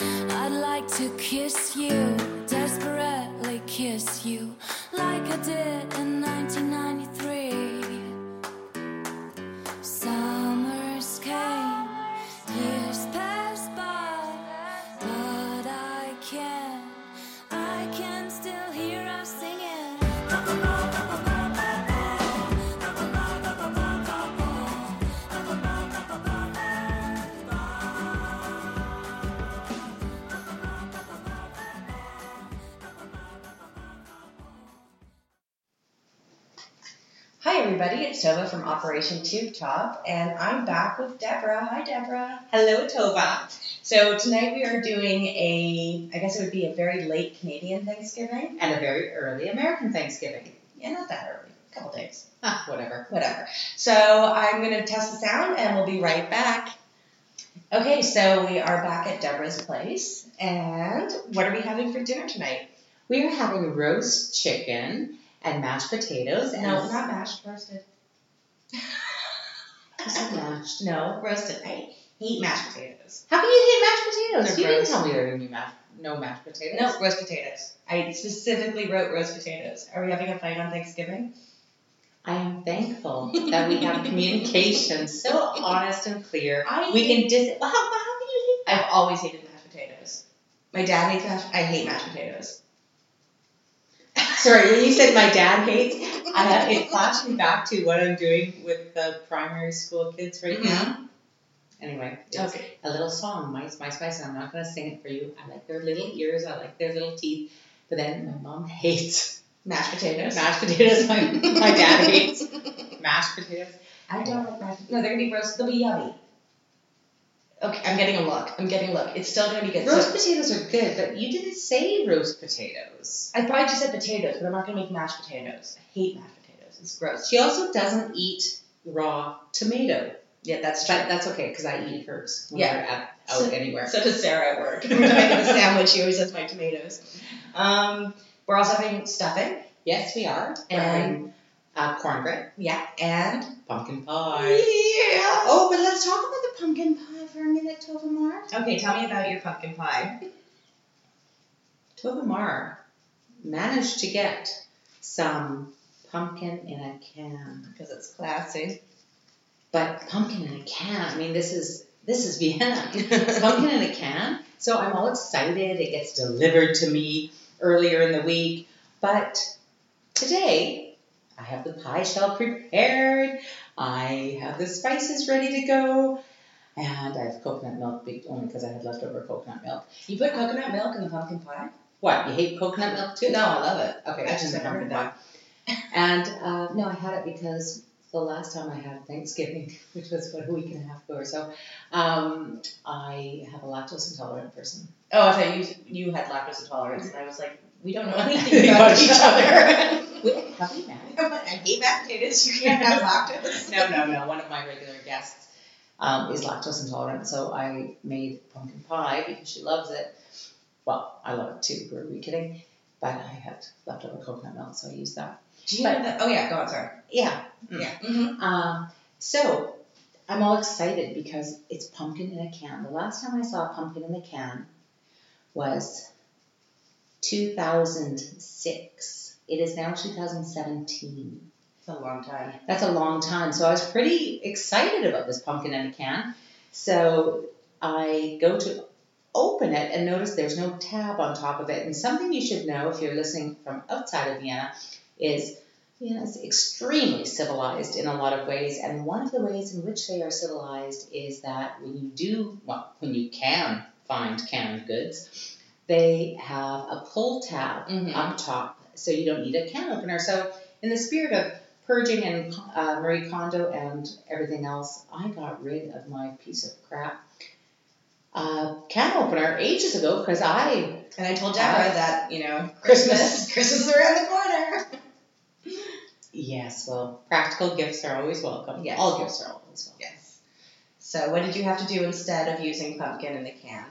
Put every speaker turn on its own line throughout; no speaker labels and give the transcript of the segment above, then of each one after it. I'd like to kiss you, desperately kiss you, like I did in 1993. Summers came, years passed by, but I can, I can still hear us singing.
Hi, everybody. It's Tova from Operation Tube Top, and I'm back with Deborah. Hi, Deborah.
Hello, Tova.
So, tonight we are doing a, I guess it would be a very late Canadian Thanksgiving.
And a very early American Thanksgiving.
Yeah, not that early, a couple days,
Ah, whatever.
whatever. So, I'm going to test the sound and we'll be right back. Okay, so we are back at Deborah's place, and what are we having for dinner tonight?
We are having roast chicken and mashed potatoes. And
No, not mashed, roasted.
I said mashed.
No, roasted. I hate mashed potatoes.
How can you hate mashed potatoes?
They're
You didn't
gross.
tell me there were any mashed, no mashed potatoes.
No, roast potatoes. I specifically wrote roast potatoes. Are we having a fight on Thanksgiving?
I am thankful that we have communication so honest and clear.
I-
we can dis. Well, how, how can you hate?
I've always hated mashed potatoes. My dad hates mashed. I hate mashed potatoes.
Sorry, when you said my dad hates, I it flashed me back to what I'm doing with the primary school kids right
Mhm.
now. Anyway, it's-
Okay.
a little song, Mice, Mice, Mice. I'm not going to sing it for you. I like their little ears, I like their little teeth. But then my mom hates
Mashed potatoes.
mashed potatoes. My, my dad hates mashed potatoes.
I don't like mashed. No, they're gonna be roast. They'll be yummy. Okay, I'm getting a look. I'm getting a look. It's still gonna be good. So,
Roast potatoes are good, but you didn't say roast potatoes.
I probably just said potatoes, but I'm not gonna make mashed potatoes. I hate mashed potatoes. It's gross.
She also doesn't eat raw tomato,
Yeah, that's true.
but that's okay because I eat herbs when
Yeah.
we're at, out
So-
anywhere.
So does Sarah at work. Every time I get a sandwich, she always has my tomatoes. Um, we're also having stuffing.
Yes, we are. We're
And-
having, uh, cornbread,
Yeah, and
pumpkin pie.
yeah.
Oh, but let's talk about the pumpkin pie for a minute, Tova Mar.
Okay, tell me about your pumpkin pie.
Tova Mar managed to get some pumpkin in a can.
Because it's classy.
But pumpkin in a can, I mean this is this is Vienna. pumpkin in a can. So I'm all excited. It gets delivered to me earlier in the week. But today I have the pie shell prepared. I have the spices ready to go. And I have coconut milk be- only because I had leftover coconut milk.
You put coconut milk in the pumpkin pie?
What, you hate coconut milk too?
No, I love it.
Okay,
I
that's
just
in the
never
pumpkin
heard
pie. And uh, no, I had it because the last time I had Thanksgiving, which was what a week and a half ago or so, um, I have a lactose intolerant person.
Oh, I thought you you had lactose intolerance, and I was like, we don't know anything
Anything
about
about
each
each
other.
Wait, have we met?
I'm like, I hate mashed potatoes. You can't have lactose.
No, no, no. One of my regular guests um, is lactose intolerant, so I made pumpkin pie because she loves it. Well, I love it too. Who are we kidding? But I had leftover coconut milk, so I used that.
Do you know that? Oh yeah, go on. Sorry.
Yeah,
Yeah. Mm-hmm.
Um, so I'm all excited because it's pumpkin in a can. The last time I saw pumpkin in a can was 2006. It is now 2017.
It's a long time.
That's a long time. So I was pretty excited about this pumpkin in a can. So I go to open it and notice there's no tab on top of it. And something you should know if you're listening from outside of Vienna is Vienna is extremely civilized in a lot of ways. And one of the ways in which they are civilized is that when you do, well, when you can find canned goods, they have a pull tab
Mhm.
up top so you don't need a can opener. So, in the spirit of purging and uh, Marie Kondo and everything else, I got rid of my piece of crap uh, can opener ages ago because I
And I told Deborah
Uh,
that you know
Christmas.
Christmas is around the corner.
yes, well, practical gifts are always welcome.
Yes.
all gifts are always welcome.
Yes. So what did you have to do instead of using pumpkin in the can?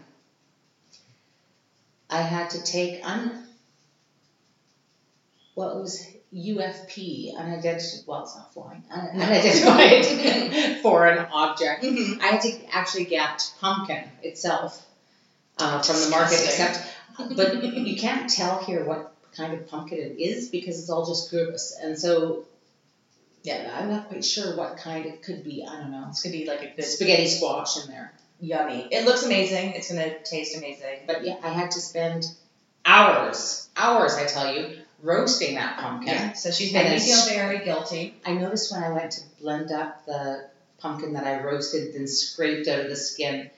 I had to take un what was UFP unidentified well it's not flying un- unidentified foreign object.
Mm-hmm.
I had to actually get pumpkin itself. uh, from the market,
Disgusting.
except, but you can't tell here what kind of pumpkin it is because it's all just groovous. And so, yeah, I'm not quite sure what kind it could be. I don't know.
It's gonna be like a good,
Spaghetti squash in there.
yummy. It looks amazing. It's gonna taste amazing.
But yeah, I had to spend hours, hours, I tell you, roasting that pumpkin.
Yeah. So she's made
And
me
it's-
feel very guilty.
I noticed when I went to blend up the pumpkin that I roasted, then scraped out of the skin,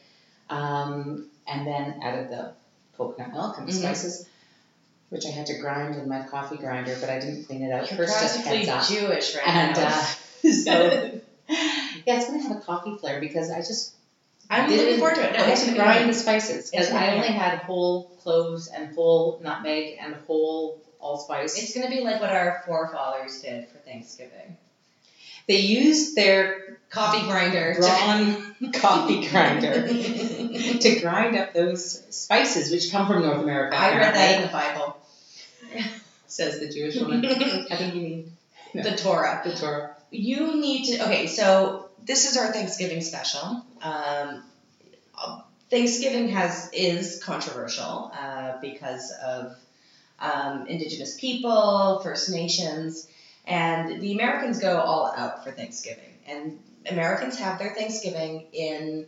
um, and then added the coconut milk and the
Mhm.
spices, which I had to grind in my coffee grinder, but I didn't clean it out.
You're
First, just
practically
heads up.
Jewish right
And uh,
now.
so, yeah, it's gonna have a coffee flair because I just
I'm
didn't-
looking forward to it. No,
I had
it's
to
gonna be
grind the
good.
spices
It's
because
gonna
I
be
only
good.
had whole cloves and whole nutmeg and whole allspice.
It's gonna be like what our forefathers did for Thanksgiving.
they used their
Coffee grinder.
brawn coffee grinder.
I
to grind up those spices which come from North America.
read that in
apparently,
the Bible.
says the Jewish woman.
the
I think you mean
Torah.
the Torah.
You need to. Okay, so this is our Thanksgiving special. Um, Thanksgiving has is controversial uh, because of um, Indigenous people, First Nations, and the Americans go all out for Thanksgiving. And Americans have their Thanksgiving in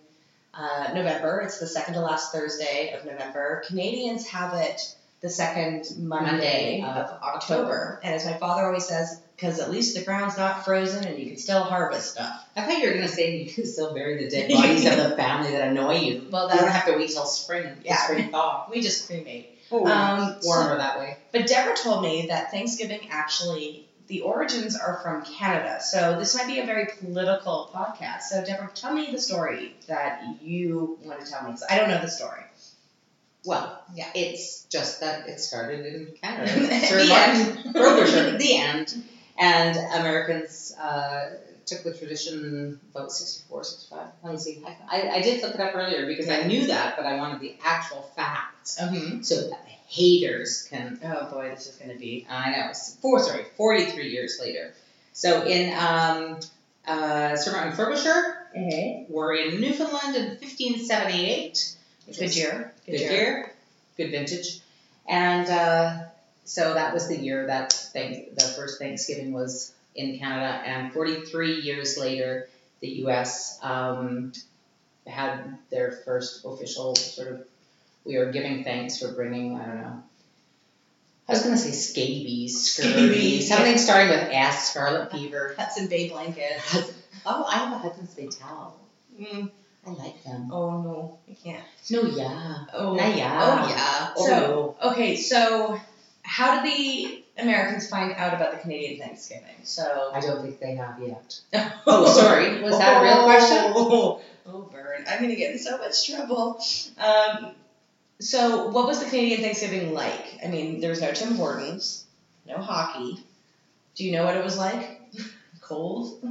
uh, November. It's the second to last Thursday of November. Canadians have it the second Monday,
Monday
of
of
October. And as my father always says, because at least the ground's not frozen and you can still harvest stuff.
I thought you were gonna say you can still bury the dead bodies of the family that annoy you.
Well,
You don't
that's
have to wait till spring. the
Yeah.
spring thaw.
we just cremate.
Um,
Um,
warmer that way.
But Deborah told me that Thanksgiving actually, the origins are from Canada. So this might be a very political podcast. So, Deborah, tell me the story that you want to tell me. 'cause I don't know the story.
Well,
Yeah.
it's just that it started in Canada. Sir
The
Martin Frobisher, the end. And Americans uh, took the tradition about 64, 65. Let me see. I, I did look it up earlier because I knew that, but I wanted the actual facts
Mm-hmm.
so that the haters can.
Oh boy, this is going to be.
I know. it's Four, sorry, 43 years later. So in um, uh, Sir Martin Frobisher,
Okay.
we're in Newfoundland in 1578. which
Good
was-
year.
good year, good vintage, and uh, so that was the year that thing, the first Thanksgiving was in Canada, and 43 years later, the U.S. Um, had their first official sort of we are giving thanks for bringing I don't know. I was gonna say scabies, scurvy,
Scabies,
something starting with S, scarlet fever.
Hats and bay blanket.
Oh, I have a Hudson's Bay towel.
Mm.
I like them.
Oh no, I can't.
No, yeah.
Oh.
Nah, yeah.
Oh yeah.
Oh,
So
no.
okay, so how did the Americans find out about the Canadian Thanksgiving? So.
I don't think they have yet. Oh, sorry. Was that a real question?
Oh, oh burn! I'm gonna get in so much trouble. Um, so what was the Canadian Thanksgiving like? I mean, there was no Tim Hortons, no hockey. Do you know what it was like? Cold.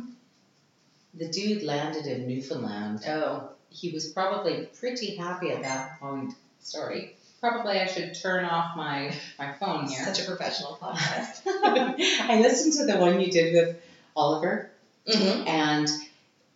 The dude landed in Newfoundland.
Oh.
He was probably pretty happy at that point. Sorry. Probably I should turn off my, my phone here.
Such a professional podcast.
I listened to the one you did with Oliver,
mm-hmm.
and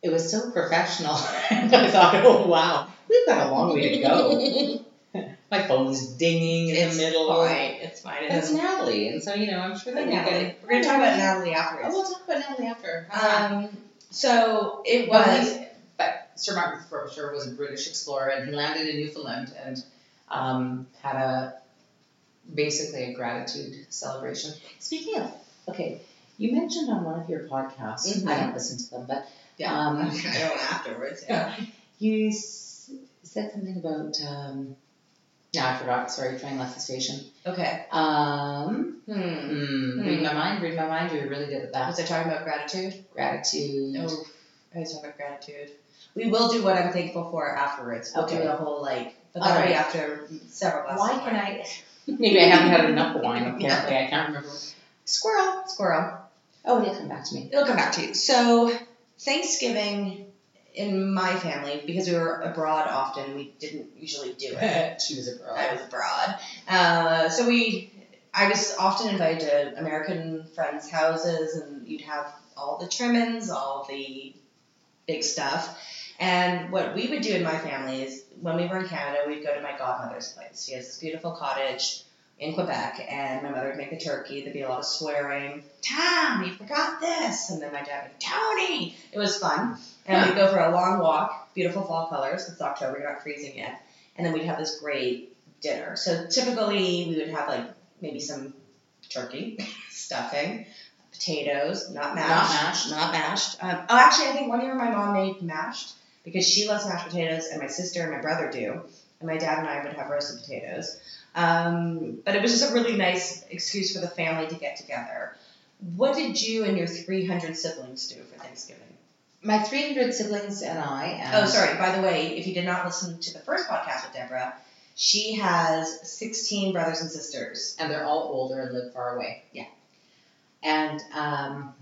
it was so professional. and I thought, oh, wow, we've got a long way to go. my phone's dinging in
it's
the middle.
Fine. It's fine. It
That's
doesn't.
Natalie, and so, you know, I'm sure that we
Natalie.
can.
We're gonna talk about Natalie afterwards.
Oh, we'll talk about Natalie after.
Um, so it
Well,
was.
he's- but Sir Martin Frobisher was a British explorer, and he landed in Newfoundland and um, had a basically a gratitude celebration. Speaking of, okay, you mentioned on one of your podcasts. I don't listen to them, but
Mm-hmm. Yeah.
um,
I don't afterwards. Yeah.
you s- said something about. Um, no, I forgot. Sorry, train left the station.
Okay.
Um,
Hmm.
mm, Read my mind. Read my mind. You're really good at that.
Was I talking about gratitude?
Gratitude.
No. I was talking about gratitude. We will do what I'm thankful for afterwards. We'll do
Okay.
a whole like. But that'll be
Alright.
after several glasses.
Why can I? Maybe I haven't had enough wine. Apparently, I can't remember. Squirrel.
Squirrel.
Oh, it'll come back to me.
It'll come back to you. So Thanksgiving in my family, because we were abroad often, we didn't usually do it.
she was a girl.
I was abroad. Uh, so we, I was often invited to American friends' houses, and you'd have all the trimmings, all the big stuff. And what we would do in my family is when we were in Canada, we'd go to my godmother's place. She has this beautiful cottage in Quebec, and my mother would make the turkey. There'd be a lot of swearing. Tom, you forgot this. And then my dad would, Tony. It was fun. And we'd go for a long walk, beautiful fall colors. It's October, you're not freezing yet. And then we'd have this great dinner. So typically, we would have like maybe some turkey, stuffing, potatoes, not mashed. Not mashed. Um, oh, actually, I think one year my mom made mashed because she loves mashed potatoes, and my sister and my brother do, and my dad and I would have roasted potatoes. Um, but it was just a really nice excuse for the family to get together. What did you and your 300 siblings do for Thanksgiving?
My 300 siblings and I. And
Oh, sorry. By the way, if you did not listen to the first podcast with Deborah, she has 16 brothers and sisters.
And they're all older and live far away.
Yeah.
And um,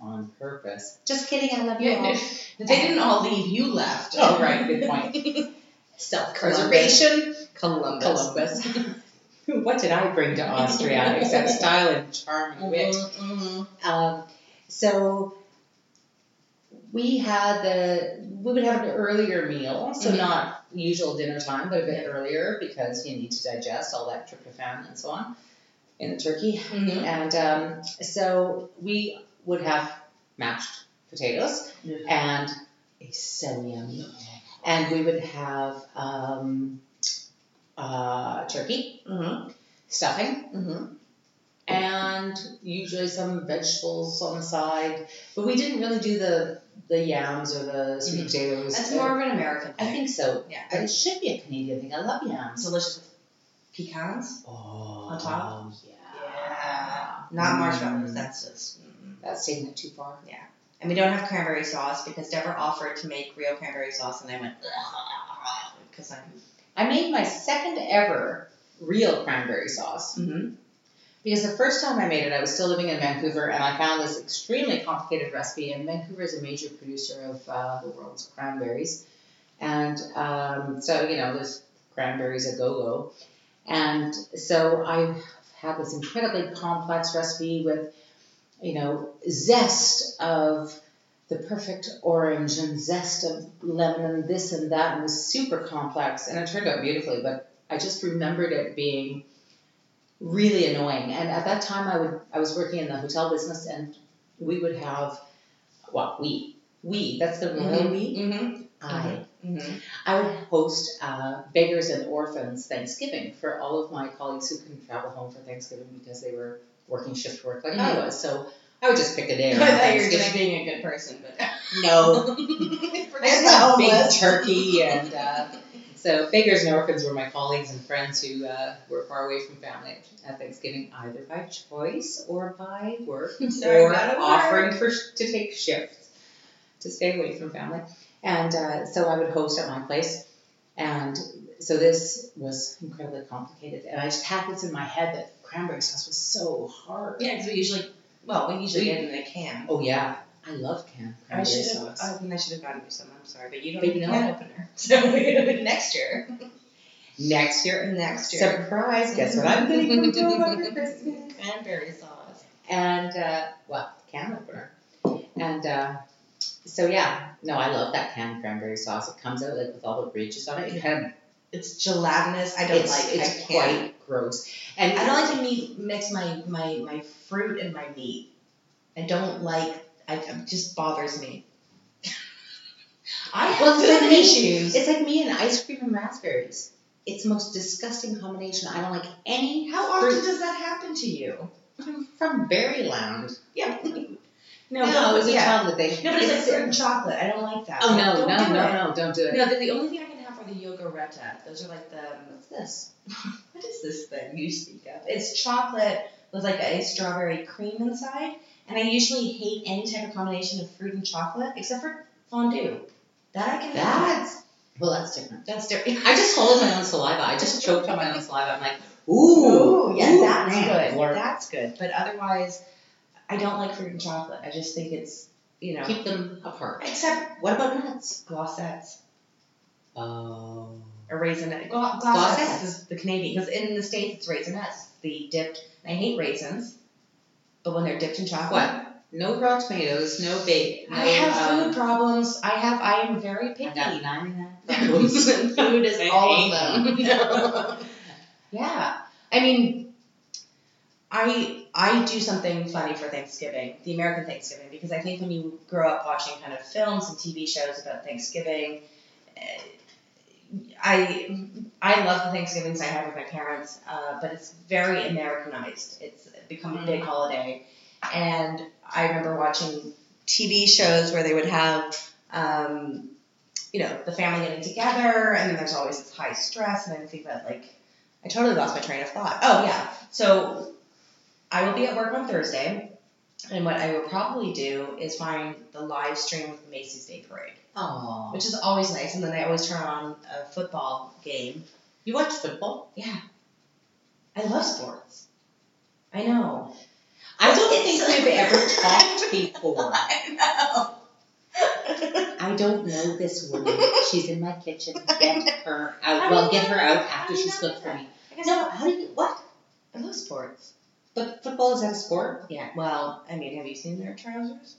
on purpose. Just kidding, I love you all.
They didn't all leave. You left.
Oh, right, good point. Self preservation.
Columbus.
Columbus. what did I bring to Austria except style and charm and wit?
Mhm, mhm.
Um, so we had the we would have an earlier meal, so
Mhm.
not usual dinner time, but a bit earlier because you need to digest all that tryptophan and so on in the turkey.
Mhm.
And um, so we would have mashed potatoes
Mhm.
and it's so yummy. And we would have um, uh, turkey
Mhm.
stuffing
Mhm.
and usually some vegetables on the side. But we didn't really do the the yams or the sweet
Mhm.
potatoes.
That's more of an American
I
thing.
think so.
yeah.
But it should be a Canadian thing. I love
It's
yams.
delicious with pecans,
Oh,
On top?
Yeah.
Yeah. Mm-hmm. not marshmallows.
Mm.
That's just. mm.
That's taking it too far.
And we don't have cranberry sauce because Deborah offered to make real cranberry sauce, and I went because I'm.
I made my second ever real cranberry sauce
Mm-hmm.
because the first time I made it, I was still living in Vancouver, and I found this extremely complicated recipe. And Vancouver is a major producer of uh, the world's cranberries, and um, so you know there's cranberries a go go, and so I had this incredibly complex recipe with you know zest of the perfect orange and zest of lemon and this and that and it was super complex and it turned out beautifully but i just remembered it being really annoying. And at that time, I would I was working in the hotel business, and we would have well, we we that's the royal we
Mm-hmm.
I
Mm-hmm.
I would host uh, beggars and orphans Thanksgiving for all of my colleagues who couldn't travel home for Thanksgiving because they were working shift work like I
Mhm.
was. So I would just pick a day.
I
around
thought you were just
Thanksgiving.
being a good person, but.
no.
Forget
There's
the
a big
homeless.
turkey and. Uh, so beggars and orphans were my colleagues and friends who uh, were far away from family at Thanksgiving, either by choice or by work,
Sorry,
or
not a word.
offering for to take shifts to stay away from family. And uh, so I would host at my place, and so this was incredibly complicated. And I just had this in my head that cranberry sauce was so hard.
Yeah, because we usually, well, we usually
We-
get it in a can.
Oh yeah, I love canned
I uh,
cranberry
should have.
sauce.
I think I should have gotten you some. I'm sorry, but you don't
But
have a
you
can opener. So next year.
Next year,
Next year.
surprise! Guess what I'm getting for Joe for Christmas?
Cranberry sauce.
and uh, well, can opener. And uh, so yeah, no, I love that canned cranberry sauce. It comes out like with all the ridges on it. It kind of,
It's gelatinous. I don't
it's
like. it.
it's
I can't.
quite gross. And
I don't like to meet, mix my, my my fruit and my meat. I don't like. I, it just bothers me. I have
Well, it's
food
like me.
issues.
It's like me and ice cream and raspberries. It's the most disgusting combination. I don't like any.
How often
fruit.
does that happen to you?
I'm from Berryland.
Yeah.
No, it was a
yeah.
childhood thing.
No, but it's like fruit and chocolate. I don't like that.
oh no,
Don't
no,
do it.
no, no, don't do it.
No, the, the only thing I can have are the yogurta. Those are like the
What's this?
what is this thing you speak of? It's chocolate with like a strawberry cream inside, and I usually hate any type of combination of fruit and chocolate except for fondue. That I can have.
That's well, that's different.
That's different.
I just swallowed my own saliva. I just choked on my own saliva. I'm like, ooh,
Ooh, Oh, yeah,
ooh,
that's
man,
good.
Lord.
That's good. But otherwise, I don't like fruit and chocolate. I just think it's you know.
Keep them apart.
Except
What about nuts?
glossettes
Oh.
or raisinette. uh, Gla- glossettes,
Glossettes.
is the Canadian because in the states it's raisinettes. The dipped. I hate raisins, but when they're dipped in chocolate,
What? No raw tomatoes, no bacon.
I have food problems. I have. um, I am very picky.
I got 99 problems.
and food is
I
all
hate
of them. yeah. I mean, I I do something funny for Thanksgiving, the American Thanksgiving, because I think when you grow up watching kind of films and TV shows about Thanksgiving, eh, I I love the Thanksgivings I have with my parents, uh, but it's very Americanized. It's become a big holiday, and I remember watching TV shows where they would have. Um, you know, the family getting together, and then there's always this high stress, and I think that like I totally lost my train of thought. Oh yeah, so I will be at work on Thursday, and what I will probably do is find the live stream of the Macy's Day Parade,
Aw.
which is always nice, and then I always turn on a football game.
You watch football?
Yeah, I love sports. I know.
I don't think we've ever talked before.
I know.
I don't know this woman. She's in my kitchen. Get her out. Well, get her out after she's cooked for me.
I guess
No, how do you, what?
I love sports.
But football is that a sport?
Yeah, well, I mean, have you seen their trousers?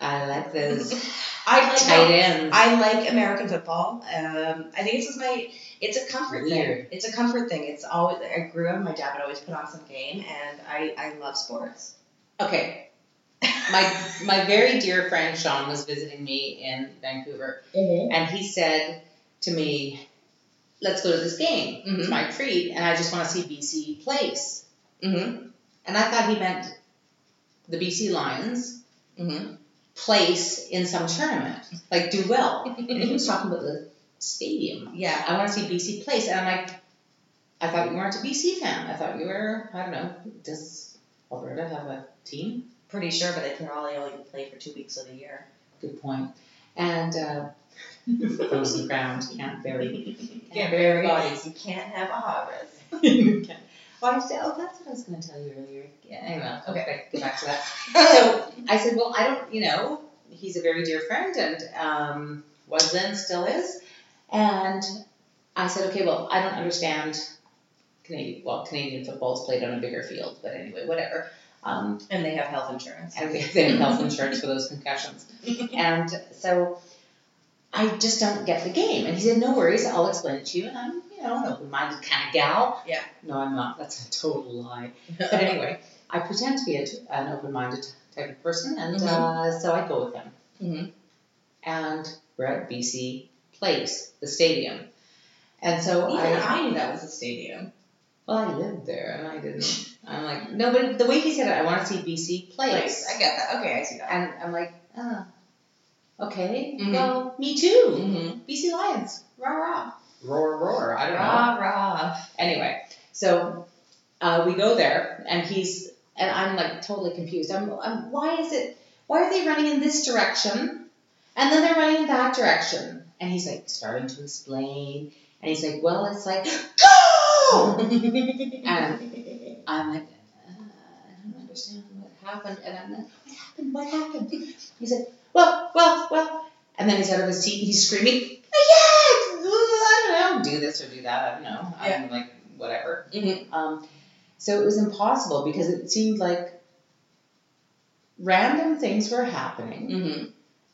I like those
I like
tight ends.
I like American football. Um, I think this is my. It's a comfort thing.
Weird.
It's a comfort thing. It's always. I grew up. My dad would always put on some game, and I I love sports.
Okay, my my very dear friend Sean was visiting me in Vancouver, and he said to me, "Let's go to this game. It's
Mhm.
my treat, and I just want to see BC place."
Mhm.
And I thought he meant the BC Lions
Mhm.
place in some tournament, like do well. And
Mm-hmm.
he was talking about the stadium.
Yeah.
I want to see BC place. And I'm like, I thought you weren't a BC fan. I thought you were, I don't know, does Alberta have a team?
Pretty sure, but they can probably only play for two weeks of the year.
Good point. And uh, frozen ground, can't bury.
Can't bury bodies. You can't have a harvest.
Well, I said, oh, that's what I was going to tell you earlier. Yeah, anyway, okay, back, go back to that.
So,
I said, well, I don't, you know, he's a very dear friend and um, was then, still is. And I said, okay, well, I don't understand Canadian, well, Canadian football is played on a bigger field, but anyway, whatever. Um,
and they have health insurance.
and we have health insurance for those concussions. And so I just don't get the game. And he said, no worries, I'll explain it to you. And I'm, you know, an open-minded kind of gal.
Yeah.
No, I'm not. That's a total lie. But anyway, I pretend to be a t an open-minded type of person, and
Mhm.
uh, so I go with him.
Mhm.
And we're at BC Place, the stadium. And so
Even
I,
I knew that was a stadium.
well, I lived there, and I didn't. I'm like, no, but the way he said it, I want to see BC Place.
I get that. Okay, I see that.
And I'm like, ah, okay,
Mhm.
well, me too.
Mm-hmm.
BC Lions, rah rah. Roar, roar, I don't know.
Rah rah.
Anyway, so uh, we go there, and he's and I'm like totally confused. I'm, I'm why is it? Why are they running in this direction, and then they're running in that direction? And he's like starting to explain, and he's like, well, it's like go,
Mm-hmm.
and I'm like. "Uh, I don't understand what happened and I'm like what happened what happened he said well well well and then he's out of his seat and he's screaming yeah I don't know do this or do that I don't know I'm like whatever
Mm-hmm.
um, so it was impossible because it seemed like random things were happening.
Mm-hmm.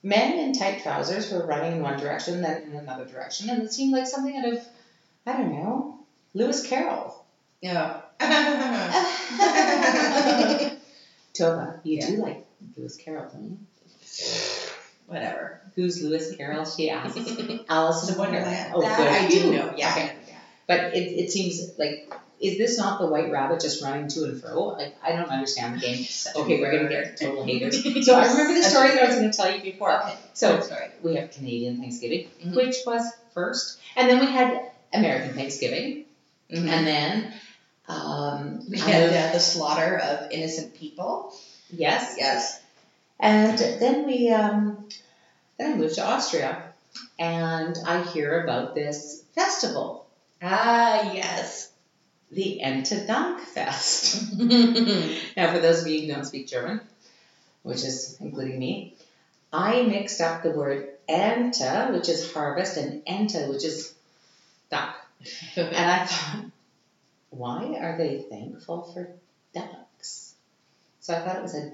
Men in tight trousers were running in one direction, then in another direction, and it seemed like something out of, I don't know, Lewis Carroll.
Yeah.
Tova, you do
Yeah.
like Lewis Carroll, don't you?
Whatever.
Who's Lewis Carroll? She asks. Alice in Wonderland.
Oh,
Oh,
that
good.
I do know. Yeah.
Okay. But it, it seems like, is this not the White Rabbit just running to and fro? Like, I don't understand the game. Okay, we're gonna get total haters. So I remember the story that I was gonna tell you before.
Okay.
So
sorry.
we have Canadian Thanksgiving,
Mhm.
which was first, and then we had American Thanksgiving, and then um,
We
I know-
had uh, the slaughter of innocent people.
yes,
Yes.
and then we um, then I moved to Austria, and I hear about this festival,
Ah, yes.
the Ente Dankfest.
mm-hmm.
Now, for those of you who don't speak German, which is including me, I mixed up the word Ente, which is harvest, and Ente, which is duck. And I thought, why are they thankful for ducks? So I thought it was a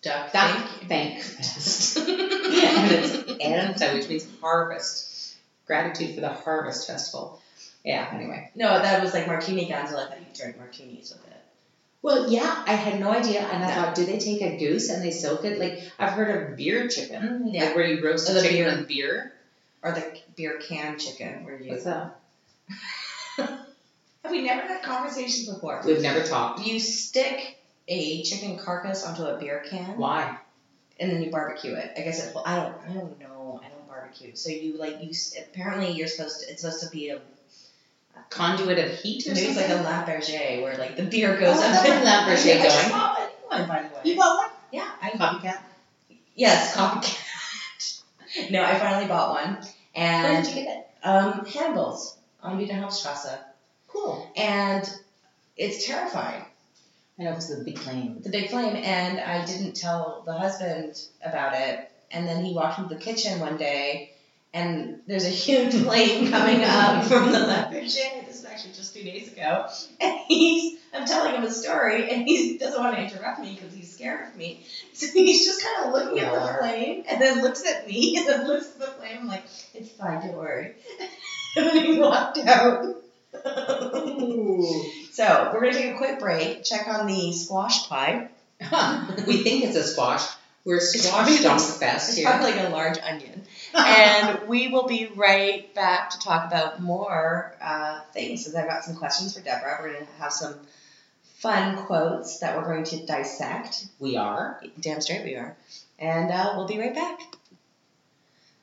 Duck.
Duck
Thank
thank
you.
and it's Anta, which means harvest. Gratitude for the harvest festival. Yeah, anyway.
no, that was like martini gondola. I think you drank martinis with it.
Well, yeah, I had no idea. And I
No.
thought, do they take a goose and they soak it? Like, I've heard of beer chicken. Like, where you roast
Oh,
a
the
chicken
beer.
with beer.
Or the beer can chicken where you.
What's that?
Have we never had conversations before?
We've never talked.
You stick a chicken carcass onto a beer can
Why?
and then you barbecue it. I guess it. Well, I don't. I don't know. I don't barbecue. So you like you. s- Apparently you're supposed to. It's supposed to be a.
Conduit of heat or
Maybe it's like
something?
a La Berger where like the beer goes up.
Oh, that's
in-
where La Berger
I just
going.
bought a new one, by the way.
You bought one?
Yeah, I
Copycat.
yes, copycat. no, I finally bought one,
Where
and
did you get it?
um, Hannibals on Vita Hauptstrasse,
Cool.
and it's terrifying,
I know, because of the big flame.
the big flame. And I didn't tell the husband about it, and then he walked into the kitchen one day, and there's a huge flame coming up from the Leperger. This is actually just two days ago, and he's. I'm telling him a story, and he doesn't want to interrupt me because he's scared of me. So he's just kind of looking at the flame and then looks at me and then looks at the flame. I'm like, it's fine, don't worry. And then he walked out. so we're going to take a quick break, check on the squash pie.
we think it's a squash. We're squash
probably-
dump fest
It's
here.
probably like a large onion. And we will be right back to talk about more uh, things because I've got some questions for Deborah. We're going to have some fun quotes that we're going to dissect.
we are.
Damn straight we are. And uh, we'll be right back.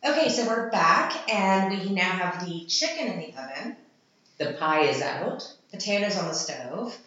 Okay, so we're back, and we now have the chicken in the oven,
The pie is out.
potatoes on the stove.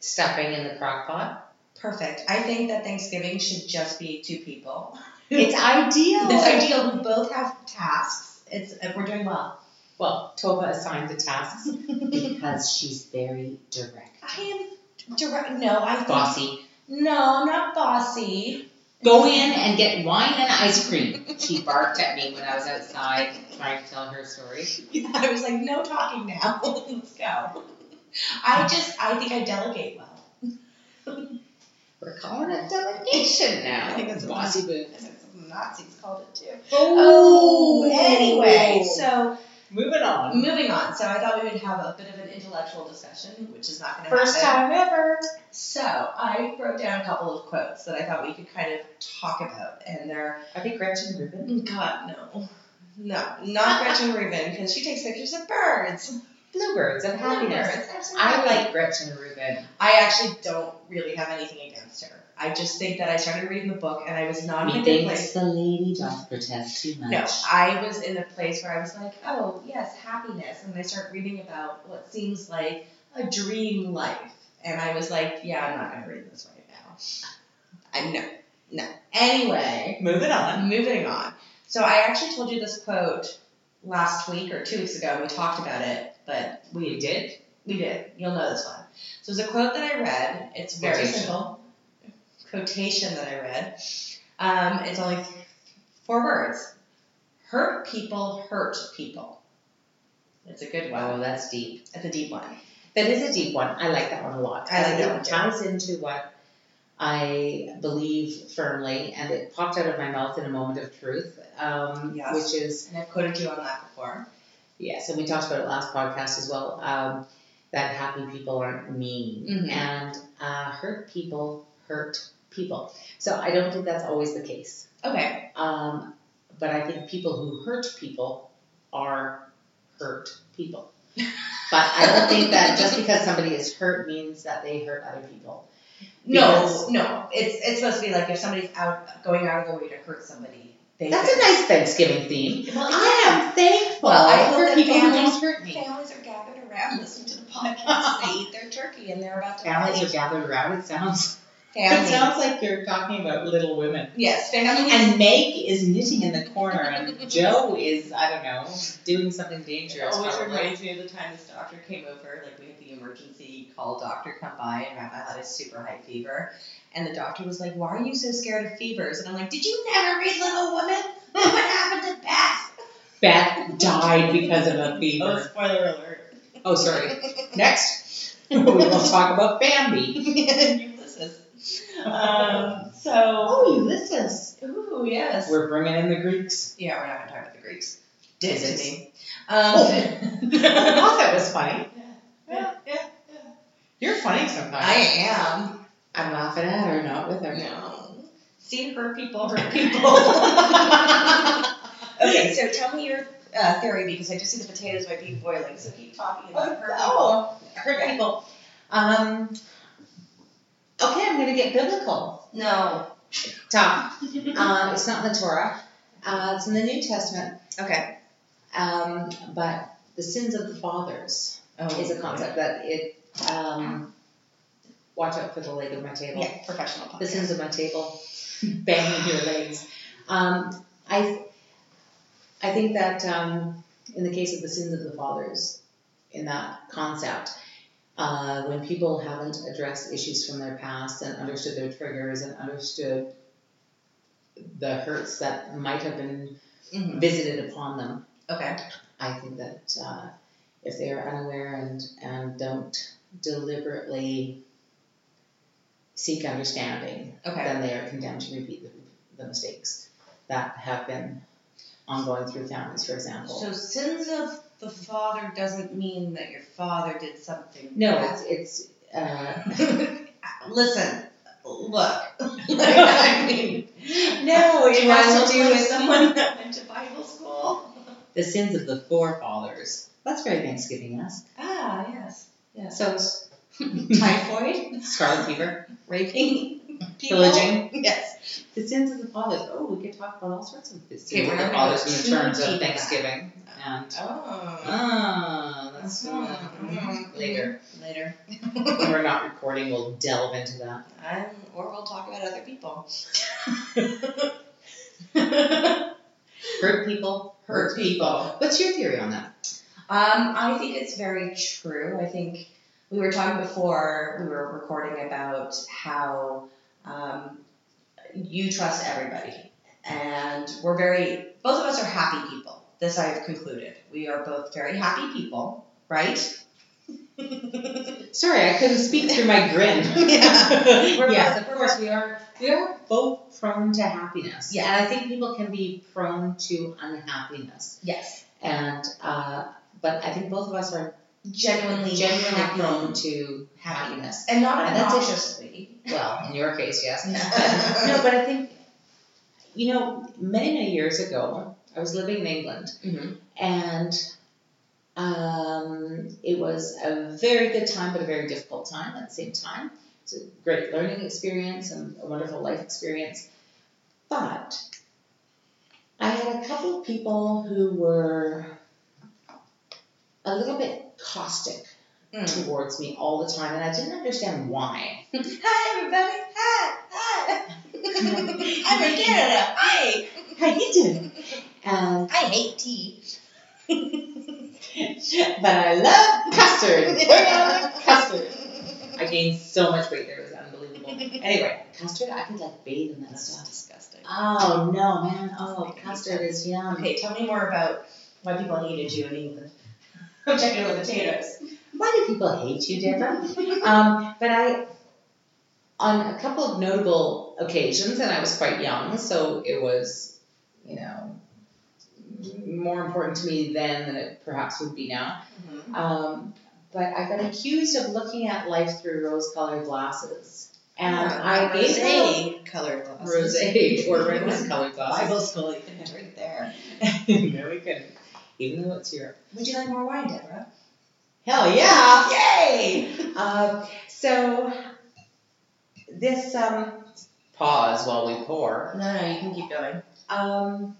Stuffing in the crock pot.
Perfect. I think that Thanksgiving should just be two people.
It's ideal.
It's ideal. We both have tasks. It's uh, we're doing well.
Well, Tova assigned the tasks because she's very direct.
I am direct. No, I think,
Bossy.
No, I'm not bossy.
Go in and get wine and ice cream. She barked at me when I was outside trying to tell her story.
I was like, no talking now. Let's go. I just I think I delegate well.
We're calling it delegation now.
I think that's
bossy boo.
I think some Nazis called it too.
Oh, Mm,
anyway, so
moving on.
moving on. So I thought we would have a bit of an intellectual discussion, which is not going to
First
happen.
time ever.
So I wrote down a couple of quotes that I thought we could kind of talk about, and they're
I think Gretchen Rubin.
God no, no, not Gretchen Rubin because she takes pictures of birds.
Bluebirds of happiness.
Birds, absolutely.
I like Gretchen Rubin.
I actually don't really have anything against her. I just think that I started reading the book and I was not in a good place.
Methinks the lady doth protest too much.
No, I was in a place where I was like, oh, yes, happiness. And I start reading about what seems like a dream life. And I was like, yeah, I'm not going to read this right now. I no, no. Anyway,
Moving on.
moving on. So I actually told you this quote last week or two weeks ago. and We talked about it, but
We did.
we did. You'll know this one. So it's a quote that I read. It's very
Quotation.
simple. Quotation that I read. Um, it's only four words. Hurt people hurt people. It's a good one.
Wow, Oh, that's deep.
It's a deep one.
That is a deep one. I like that one a lot.
I like that
it
one too.
ties into what I believe firmly, and it popped out of my mouth in a moment of truth, um,
Yes.
which is
And I've quoted you on that before.
yes, and we talked about it last podcast as well. Um, that happy people aren't mean,
Mhm.
and uh, hurt people hurt people. So I don't think that's always the case.
Okay.
Um, but I think people who hurt people are hurt people. But I don't think that just because somebody is hurt means that they hurt other people.
No,
Because-
no. It's it's supposed to be like if somebody's out going out of their way to hurt somebody. They
That's a nice Thanksgiving theme.
nice. Well,
I am thankful
Well, I hope
for
that
people who
families-
don't hurt me.
Families are gathered around listening to the podcast. they eat their turkey and they're about to
Families are gathered around. It sounds. It
Families.
sounds like you're talking about Little Women.
Yes, families.
And Meg is knitting in the corner, and Joe is I don't know doing something dangerous.
It always
probably.
reminds me of the time this doctor came over. Like we had the emergency call doctor come by, and Rabbi had a super high fever, and the doctor was like, "Why are you so scared of fevers?" And I'm like, "Did you never read Little Women? what happened to Beth?"
Beth died because of a
Oh,
fever.
spoiler alert!
Oh, sorry. Next, we will talk about Bambi.
Ulysses. Um, so,
Oh, Ulysses.
ooh, yes.
We're bringing in the Greeks.
yeah, we're not going to talk about the Greeks.
Did
Disney.
it.
Um,
I thought that was funny.
yeah, yeah.
You're funny sometimes.
I am.
I'm laughing at her, not with her.
No. See, her people, her people. okay, so tell me your uh, theory because I just see the potatoes might be boiling, so keep talking about her people.
Oh, hurt people. Um, okay, I'm going to get biblical.
No.
Tom, um, it's not in the Torah. Uh, it's in the New Testament.
Okay.
Um, but the sins of the fathers
Oh,
is a concept that it. Um, watch out for the leg of my table.
Yeah, professional.
the
podcast.
sins of my table, banging your legs. Um, I, I think that um, in the case of the sins of the fathers, in that concept, uh, when people haven't addressed issues from their past and understood their triggers and understood the hurts that might have been
Mhm.
visited upon them,
Okay.
I think that uh, if they are unaware and, and don't deliberately seek understanding,
Okay.
then they are condemned to repeat the, the mistakes that have been ongoing through families, for example.
So sins of the father doesn't mean that your father did something.
no,
bad.
it's, it's uh,
Listen, look. I mean,
no,
it has to do with
someone.
someone that went to Bible school.
The sins of the forefathers. That's very Thanksgiving esque.
Ah, yes. Yes.
So it's
Typhoid,
scarlet fever,
raping, people.
pillaging.
Yes.
The sins of the fathers. Oh, we could talk about all sorts of the sins
Okay, we're
of the
not gonna
fathers in
too
the terms
deep
of
in that.
Thanksgiving and.
Oh.
Ah, that's
Mhm.
later.
Later.
When we're not recording, we'll delve into that.
I'm, or we'll talk about other people.
Hurt people, hurt people. What's your theory on that?
Um, I think it's very true. I think we were talking before we were recording about how um, you trust everybody, and we're very both of us are happy people. This I have concluded. We are both very happy people, right?
Sorry, I couldn't speak through my grin.
Yeah. We're
yes,
both-
of
we're
course we are. We are both prone to happiness.
Yeah.
and I think people can be prone to unhappiness.
Yes,
And uh, but I think both of us are
genuinely,
genuinely
happy,
prone to
happiness,
happiness.
and not
And that's it.
obnoxiously.
Well, in your case, yes.
Mhm.
no, but I think, you know, many, many years ago, I was living in England
Mm-hmm.
and um, it was a very good time, but a very difficult time at the same time. It's a great learning experience and a wonderful life experience. But I had a couple of people who were a little bit caustic
Mm.
towards me all the time, and I didn't understand why.
Hi everybody! Hi! Hi! I'm in Canada. Hi!
How you doing? And
I hate tea.
but I love custard. Where I love custard. I gained so much weight there; it was unbelievable. Anyway, custard, I could like bathe in that stuff.
disgusting.
Oh no, man! Oh, custard is yum.
Okay, tell me more about why people hated you in England. I'm checking out the potatoes.
Why do people hate you, Deborah? um, but I, on a couple of notable occasions, and I was quite young, so it was, you know, more important to me then than it perhaps would be now.
Mm-hmm.
Um, but I got accused of looking at life through rose-colored glasses, and I gave them
colored
rosé or rose-colored glasses.
Bible school, you can drink there.
no, we couldn't, even though it's Europe.
Would you like more wine, Deborah?
Hell yeah!
Yay!
Um, so this um, pause while we pour.
No, no, you can keep going.
Um,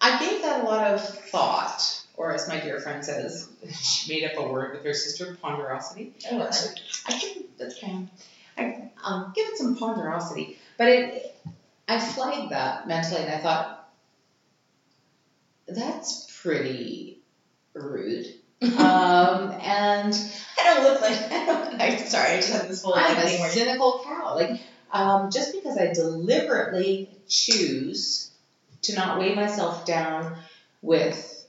I gave that a lot of thought, or as my dear friend says, she made up a word with her sister, ponderosity.
Oh,
I give it- that's fine. I um, give it some ponderosity, but it, I flagged that mentally, and I thought that's pretty rude. um, and
I don't look like I don't. I'm sorry, I just have this whole
I'm
like, thing
a
where
cynical cow. Like, um, just because I deliberately choose to not weigh myself down with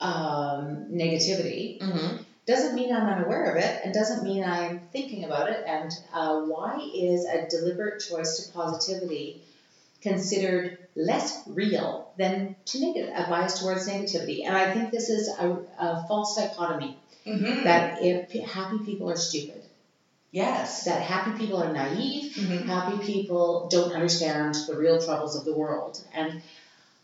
um, negativity
Mm-hmm.
Doesn't mean I'm unaware of it and doesn't mean I'm thinking about it. And uh, why is a deliberate choice to positivity considered less real than to negative, a bias towards negativity? And I think this is a, a false dichotomy
Mm-hmm.
that if happy people are stupid,
yes.
that happy people are naive,
Mm-hmm.
happy people don't understand the real troubles of the world. And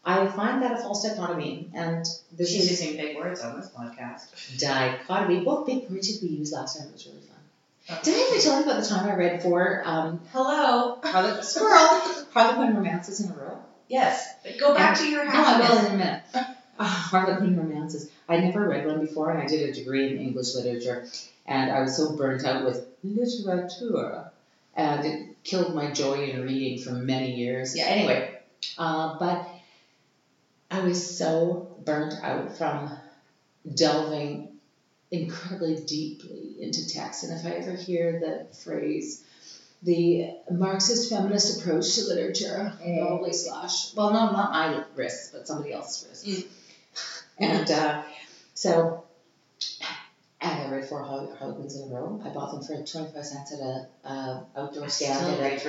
I find that a false dichotomy. And this
She's
is
using big words on this podcast.
dichotomy. What big word did we use last time? It was really fun. Did I ever tell you about the time I read four um,
Hello.
Harlequin Squirrel Harlequin romances in a row?
Yes. Go back to your
No, I
house.
will in a minute. Uh, Harlequin romances. I never read one before, and I did a degree in English literature, and I was so burnt out with literature, and it killed my joy in reading for many years. Yeah, anyway, uh, but I was so burnt out from delving incredibly deeply into text, and if I ever hear the phrase, the Marxist feminist approach to literature, probably slash. Well, no, not my wrists, but somebody else's wrists.
Mm.
And uh, so, and I read four Harle- Harlequins in a row. I bought them for twenty five cents at a uh, outdoor stand at a thrift.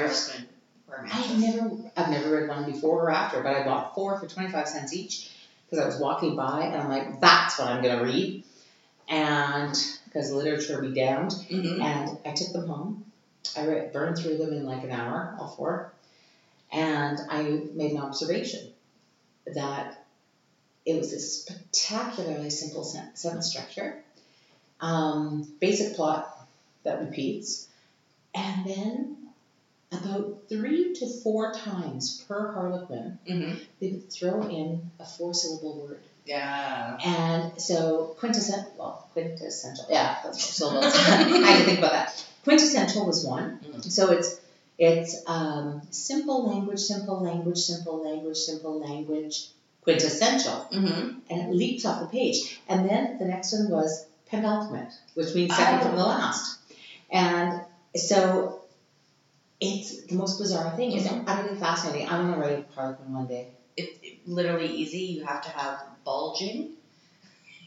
Harlequin
I've
romances.
never, I've never read one before or after, but I bought four for twenty five cents each because I was walking by and I'm like, that's what I'm gonna read, and because literature be damned.
Mhm.
And I took them home. I re- burned through them in like an hour, all four. And I made an observation that it was a spectacularly simple sen- sentence structure, um, basic plot that repeats, and then about three to four times per harlequin,
Mhm.
they would throw in a four syllable word.
Yeah.
And so quintessential, well, quintessential, yeah, that's what syllables. I had to think about that. Mm-hmm. Quintessential was one.
Mm.
So it's it's um, simple language, simple language, simple language, simple language, quintessential,
Mm-hmm.
and it leaps off the page. And then the next one was penultimate, which means second from the last. And so it's the most bizarre thing. It's utterly fascinating. I'm gonna write Harlequin one day.
It's literally easy. You have to have bulging.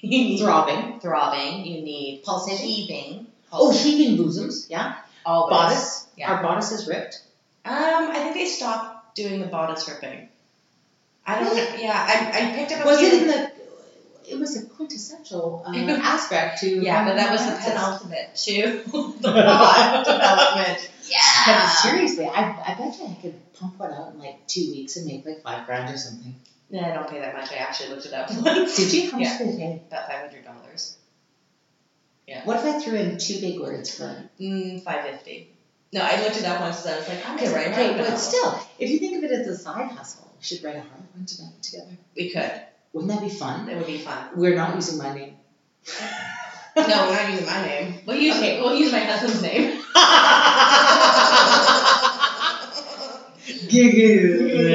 You need
Throbbing.
throbbing. You need
Pulsating.
heaving.
Oh, heaving bosoms. Yeah.
Always.
Bodice?
Yeah.
Our bodice is ripped.
Um, I think they stopped doing the bodice ripping. I don't. know. Yeah, I, I picked up. A
Was
few,
it in the? It was a quintessential uh, aspect to.
Yeah, but that was the
romances.
penultimate too. the plot development.
But
Yeah.
seriously, I, I bet you I could pump one out in like two weeks and make like five grand or something.
No, I don't pay that much. I actually looked it up once.
Did you? How much
Yeah.
did it pay?
About five hundred dollars.
What if I threw in two big words for?
Mm, five fifty. No, I looked it up once. and I was like, I'm gonna write
okay,
my
but
novel.
still, if you think of it as a side hustle, we should write a Harlequin tonight together.
We could.
Wouldn't that be fun?
It would be fun.
We're not using my name.
No, we're not using my name. We'll use
Okay.
we'll use my husband's name.
Giggle.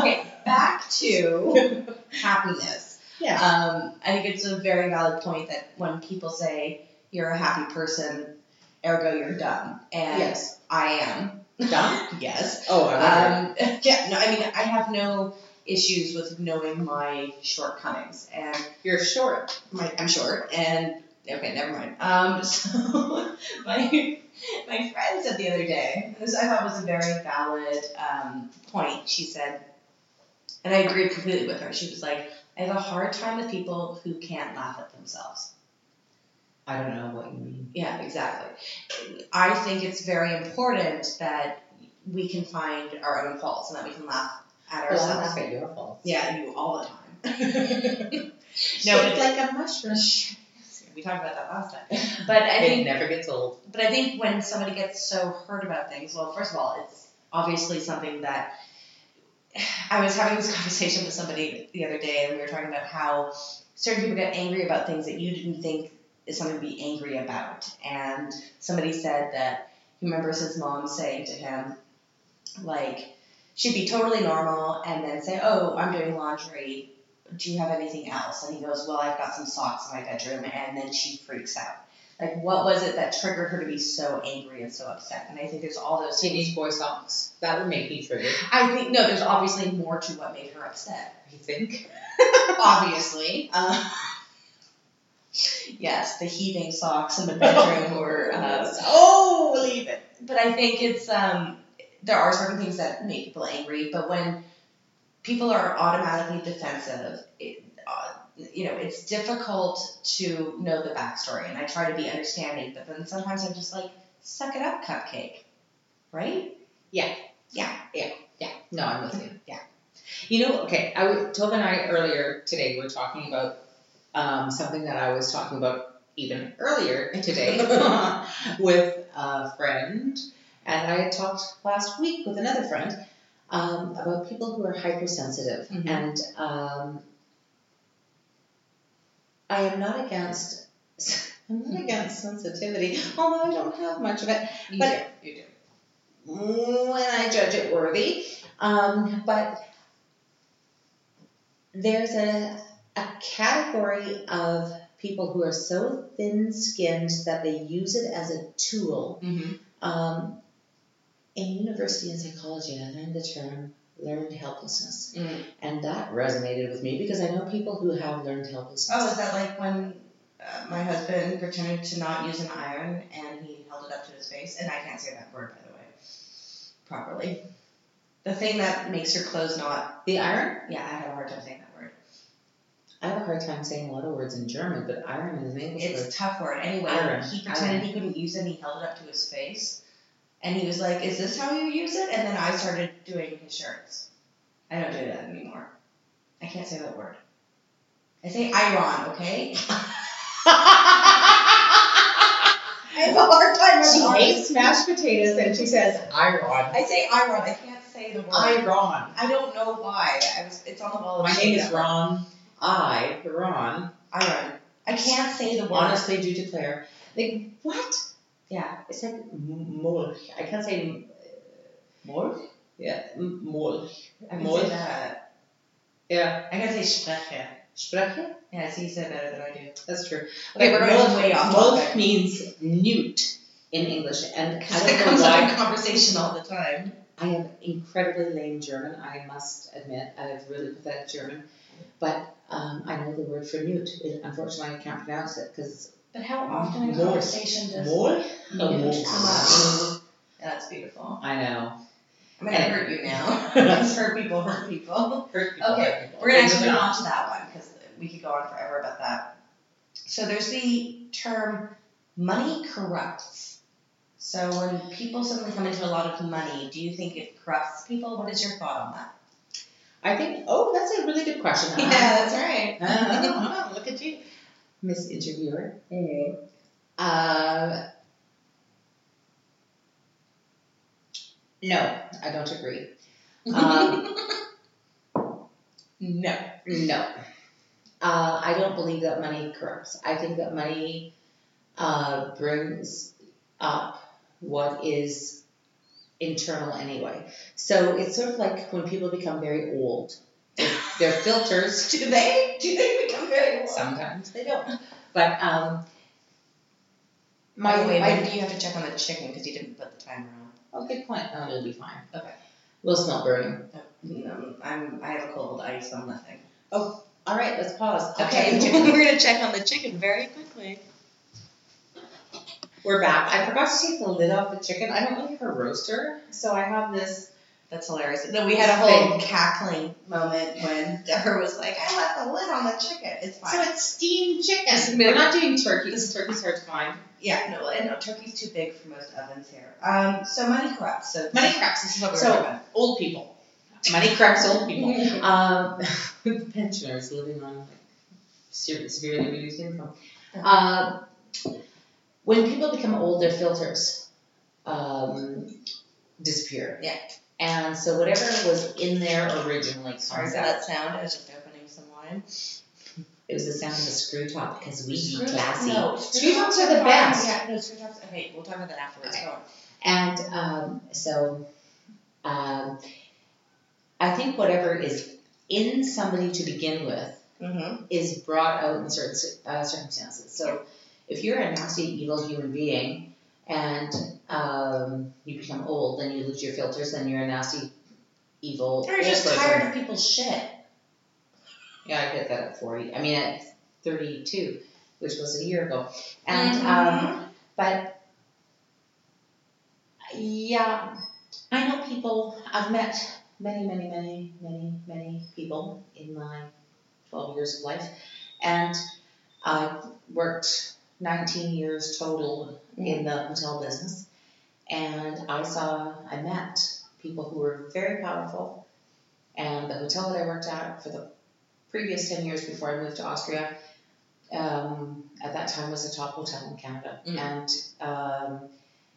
okay, back to happiness.
Yeah.
Um, I think it's a very valid point that when people say you're a happy person, ergo you're dumb, and
Yes.
I am.
Dumb?
Yes.
Oh, I remember.
Um, yeah. No, I mean I have no issues with knowing my shortcomings, and
You're short.
my, I'm short, and okay, never mind. Um, so my my friend said the other day, this I thought was a very valid um, point. She said, and I agreed completely with her. She was like, I have a hard time with people who can't laugh at themselves.
I don't know what you mean.
Yeah, exactly. I think it's very important that we can find our own faults and that we can laugh at
Well,
ourselves.
that's not your fault.
Yeah, you all the time.
no,
Shaped
like a mushroom.
we talked about that last time, but I think
never gets old.
But I think when somebody gets so hurt about things, well, first of all, it's obviously something that I was having this conversation with somebody the other day, and we were talking about how certain people get angry about things that you didn't think is something to be angry about. And somebody said that he remembers his mom saying to him, like, she'd be totally normal and then say, Oh, I'm doing laundry. Do you have anything else? And he goes, Well, I've got some socks in my bedroom. And then she freaks out. Like, what was it that triggered her to be so angry and so upset? And I think there's all those things.
Teenage boy songs. That would make me triggered.
I think, no, there's obviously more to what made her upset.
You think?
obviously. Uh, Yes, the heaving socks in the bedroom or. Uh,
oh, leave it.
but I think it's um, there are certain things that make people angry, but when people are automatically defensive, it, uh, you know, it's difficult to know the backstory, and I try to be understanding, but then sometimes I'm just like, suck it up, cupcake, right?
Yeah, no, I'm with you.
Yeah.
You know, okay, I w- Tova and I earlier today were talking about um, something that I was talking about even earlier today with a friend, and I had talked last week with another friend um, about people who are hypersensitive,
Mhm.
and um, I am not against.
Mm-hmm.
I'm not against sensitivity, although I don't have much of it
You
But-
do, you do.
when I judge it worthy. Um, but there's a, a category of people who are so thin skinned that they use it as a tool.
Mm-hmm.
Um, in university and psychology, I learned the term learned helplessness.
Mm.
And that resonated with me because I know people who have learned helplessness.
Oh, is that like when uh, my husband pretended to not use an iron and he held it up to his face? And I can't say that word, by the way, properly. The thing that makes your clothes not.
the iron?
Yeah, I had a hard time saying that word.
I have a hard time saying a lot of words in German, but iron is an English word.
It's a tough word. Anyway,
Iron,
he pretended
iron.
he couldn't use it and he held it up to his face. And he was like, Is this how you use it? And then I started doing his shirts. I don't do that anymore. I can't say that word. I say iron, okay? I have a hard time with
She
iron.
hates mashed potatoes and she says iron.
I say Iron. I can't say the word.
Iron.
I don't know why. I was. It's on the wall. of
My name is
shame.
Ron. I, Ron,
Iron. I can't say the word.
honestly do declare. Like, what?
Yeah.
It's like m- Molch. I can't say m- uh, Molch? Yeah, m- Molch.
I can
Molch.
say that.
Yeah.
I can say Spreche.
Spreche?
Yeah, it's you said better than I do.
That's true.
Okay, we're going way off
Molch
topic.
means newt in English. And I
Because it
don't know
comes up
why.
in conversation all the time.
I have incredibly lame German, I must admit. I have really pathetic German. But um, I know the word for newt. It, unfortunately, I can't pronounce it because
But how often in
Molch.
conversation does newt come up? Yeah, that's beautiful.
I know.
I'm gonna hurt you now. I just hurt people. Hurt people.
Okay,
We're gonna actually move on to that one because we could go on forever about that. So there's the term money corrupts. So when people suddenly come into a lot of money, do you think it corrupts people? What is your thought on that?
I think, oh, that's a really good question.
that's right.
Ah, look at you, Miss Interviewer. Uh, no, I don't agree. Um,
no.
no. Uh, I don't believe that money corrupts. I think that money uh, brings up what is internal anyway. So it's sort of like when people become very old, their filters
Do they? Do they become very
Sometimes they don't. But um, my,
By the way,
my-
when do you have to check on the chicken because you didn't put the timer on?
oh, good point. Oh, it'll be fine.
Okay.
We'll smell burning.
No, Um, I'm, I have a cold. I smell nothing.
All right, let's pause.
Okay, we're gonna check on the chicken very quickly.
we're back. I forgot to take the lid off the chicken. I don't really have a roaster, so I have this.
That's hilarious. No, we had a whole cackling moment when Deborah was like, I left the lid on the chicken. It's
So
fine.
it's steamed
Yes,
chicken. We're not doing turkey. This turkey's hard to find.
yeah, no, and no, turkey's too big for most ovens here. Um, so money corrupts. So
Money corrupts.
This is what we're
So-
talking
Old people. Money corrupts old people.
about.
um, pensioners living on like, ser- severely reduced income. Uh, when people become old, their filters um, disappear.
Yeah.
And so whatever was in there originally,
Sorry
comes
for
out.
that sound. I was just opening some wine.
it was the sound of a screw top because we be
Screw-
classy.
No,
Screw tops are
fine.
the best.
Yeah, no, screw tops. Okay, we'll talk about that afterwards.
Okay.
Go on.
And um, so um, I think whatever is in somebody to begin with
Mm-hmm.
is brought out in certain cir- uh, circumstances. So if you're a nasty, evil human being and um, you become old, then you lose your filters, then you're a nasty, evil.
You're
old
just
person.
tired of people's shit.
Yeah, I get that at 40. I mean, at 32. which was a year ago.
Mm-hmm.
And um, but yeah, I know people. I've met many, many, many, many, many people in my 12 years of life, and I worked 19 years total in the hotel business. And I saw, I met people who were very powerful. And the hotel that I worked at for the previous 10 years before I moved to Austria, um, at that time was a top hotel in Canada.
Mm.
And um,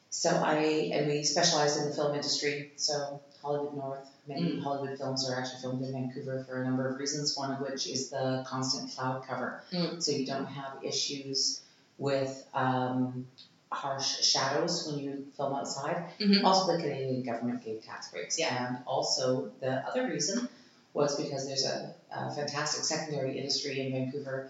so I, and we specialized in the film industry. So Hollywood North, many
Mm.
Hollywood films are actually filmed in Vancouver for a number of reasons, one of which is the constant cloud cover.
Mm.
So you don't have issues with um, harsh shadows when you film outside.
Mhm.
Also, the Canadian government gave tax breaks.
Yeah.
And also, the other reason was because there's a, a fantastic secondary industry in Vancouver.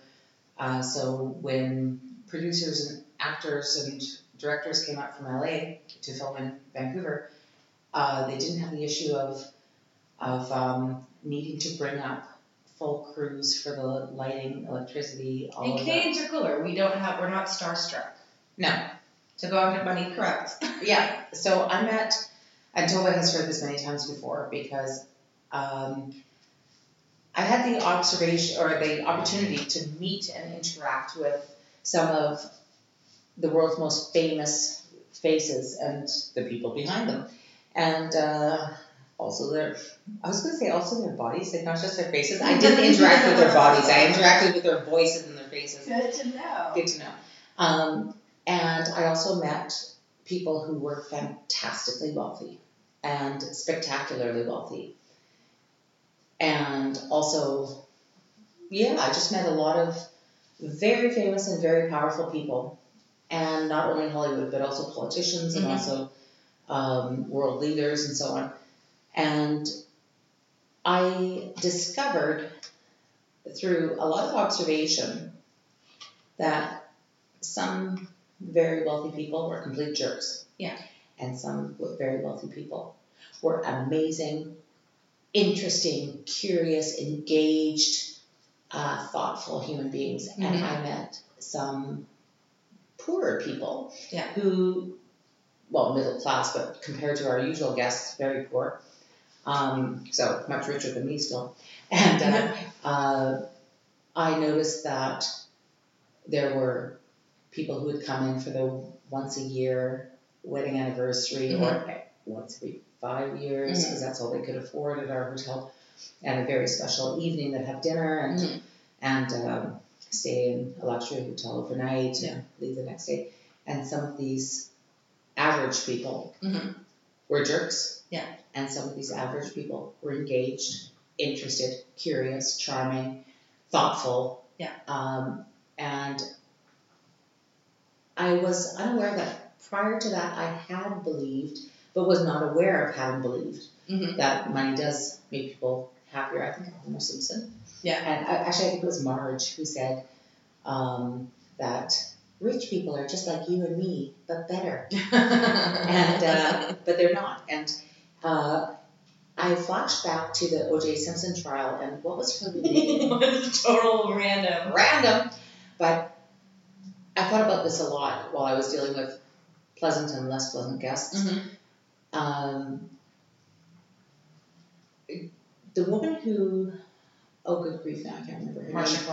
Uh, so, when producers and actors and directors came up from LA to film in Vancouver, uh, they didn't have the issue of, of um, needing to bring up full crews for the lighting, electricity, all
And
of that.
Canadians are cooler. We don't have. We're not starstruck.
No.
To go on money corrupt.
Yeah, so I met, and Tova has heard this many times before because um, I had the observation or the opportunity to meet and interact with some of the world's most famous faces and the people behind them. And uh, also their, I was going to say also their bodies, like not just their faces. I didn't interact with their bodies, I interacted with their voices and their faces
Good to know.
good to know. Um, and I also met people who were fantastically wealthy and spectacularly wealthy. And also, yeah, I just met a lot of very famous and very powerful people, and not only in Hollywood, but also politicians
Mhm.
and also um, world leaders and so on. And I discovered through a lot of observation that some very wealthy people were complete jerks.
Yeah.
And some were very wealthy people were amazing, interesting, curious, engaged, uh, thoughtful human beings. And
Mhm.
I met some poorer people
Yeah.
who, well, middle class, but compared to our usual guests, very poor. Um, so much richer than me still. And uh, uh, I noticed that there were people who would come in for the once a year wedding anniversary or once every five years because that's all they could afford at our hotel and a very special evening that have dinner and
Mhm.
and um, stay in a luxury hotel overnight and leave the next day and some of these average people
Mhm.
were jerks
Yeah.
and some of these average people were engaged interested curious charming thoughtful
Yeah.
um, and I was unaware that prior to that I had believed, but was not aware of having believed
Mhm.
that money does make people happier. I think of Homer Simpson.
Yeah.
And I, actually, I think it was Marge who said um, that rich people are just like you and me, but better. And uh, but they're not. And uh, I flashed back to the O.J. Simpson trial, and what was her name?
was total random.
random. But I thought about this a lot while I was dealing with pleasant and less pleasant guests. Um, the woman who, oh good grief, now I can't remember her
Marsha
name.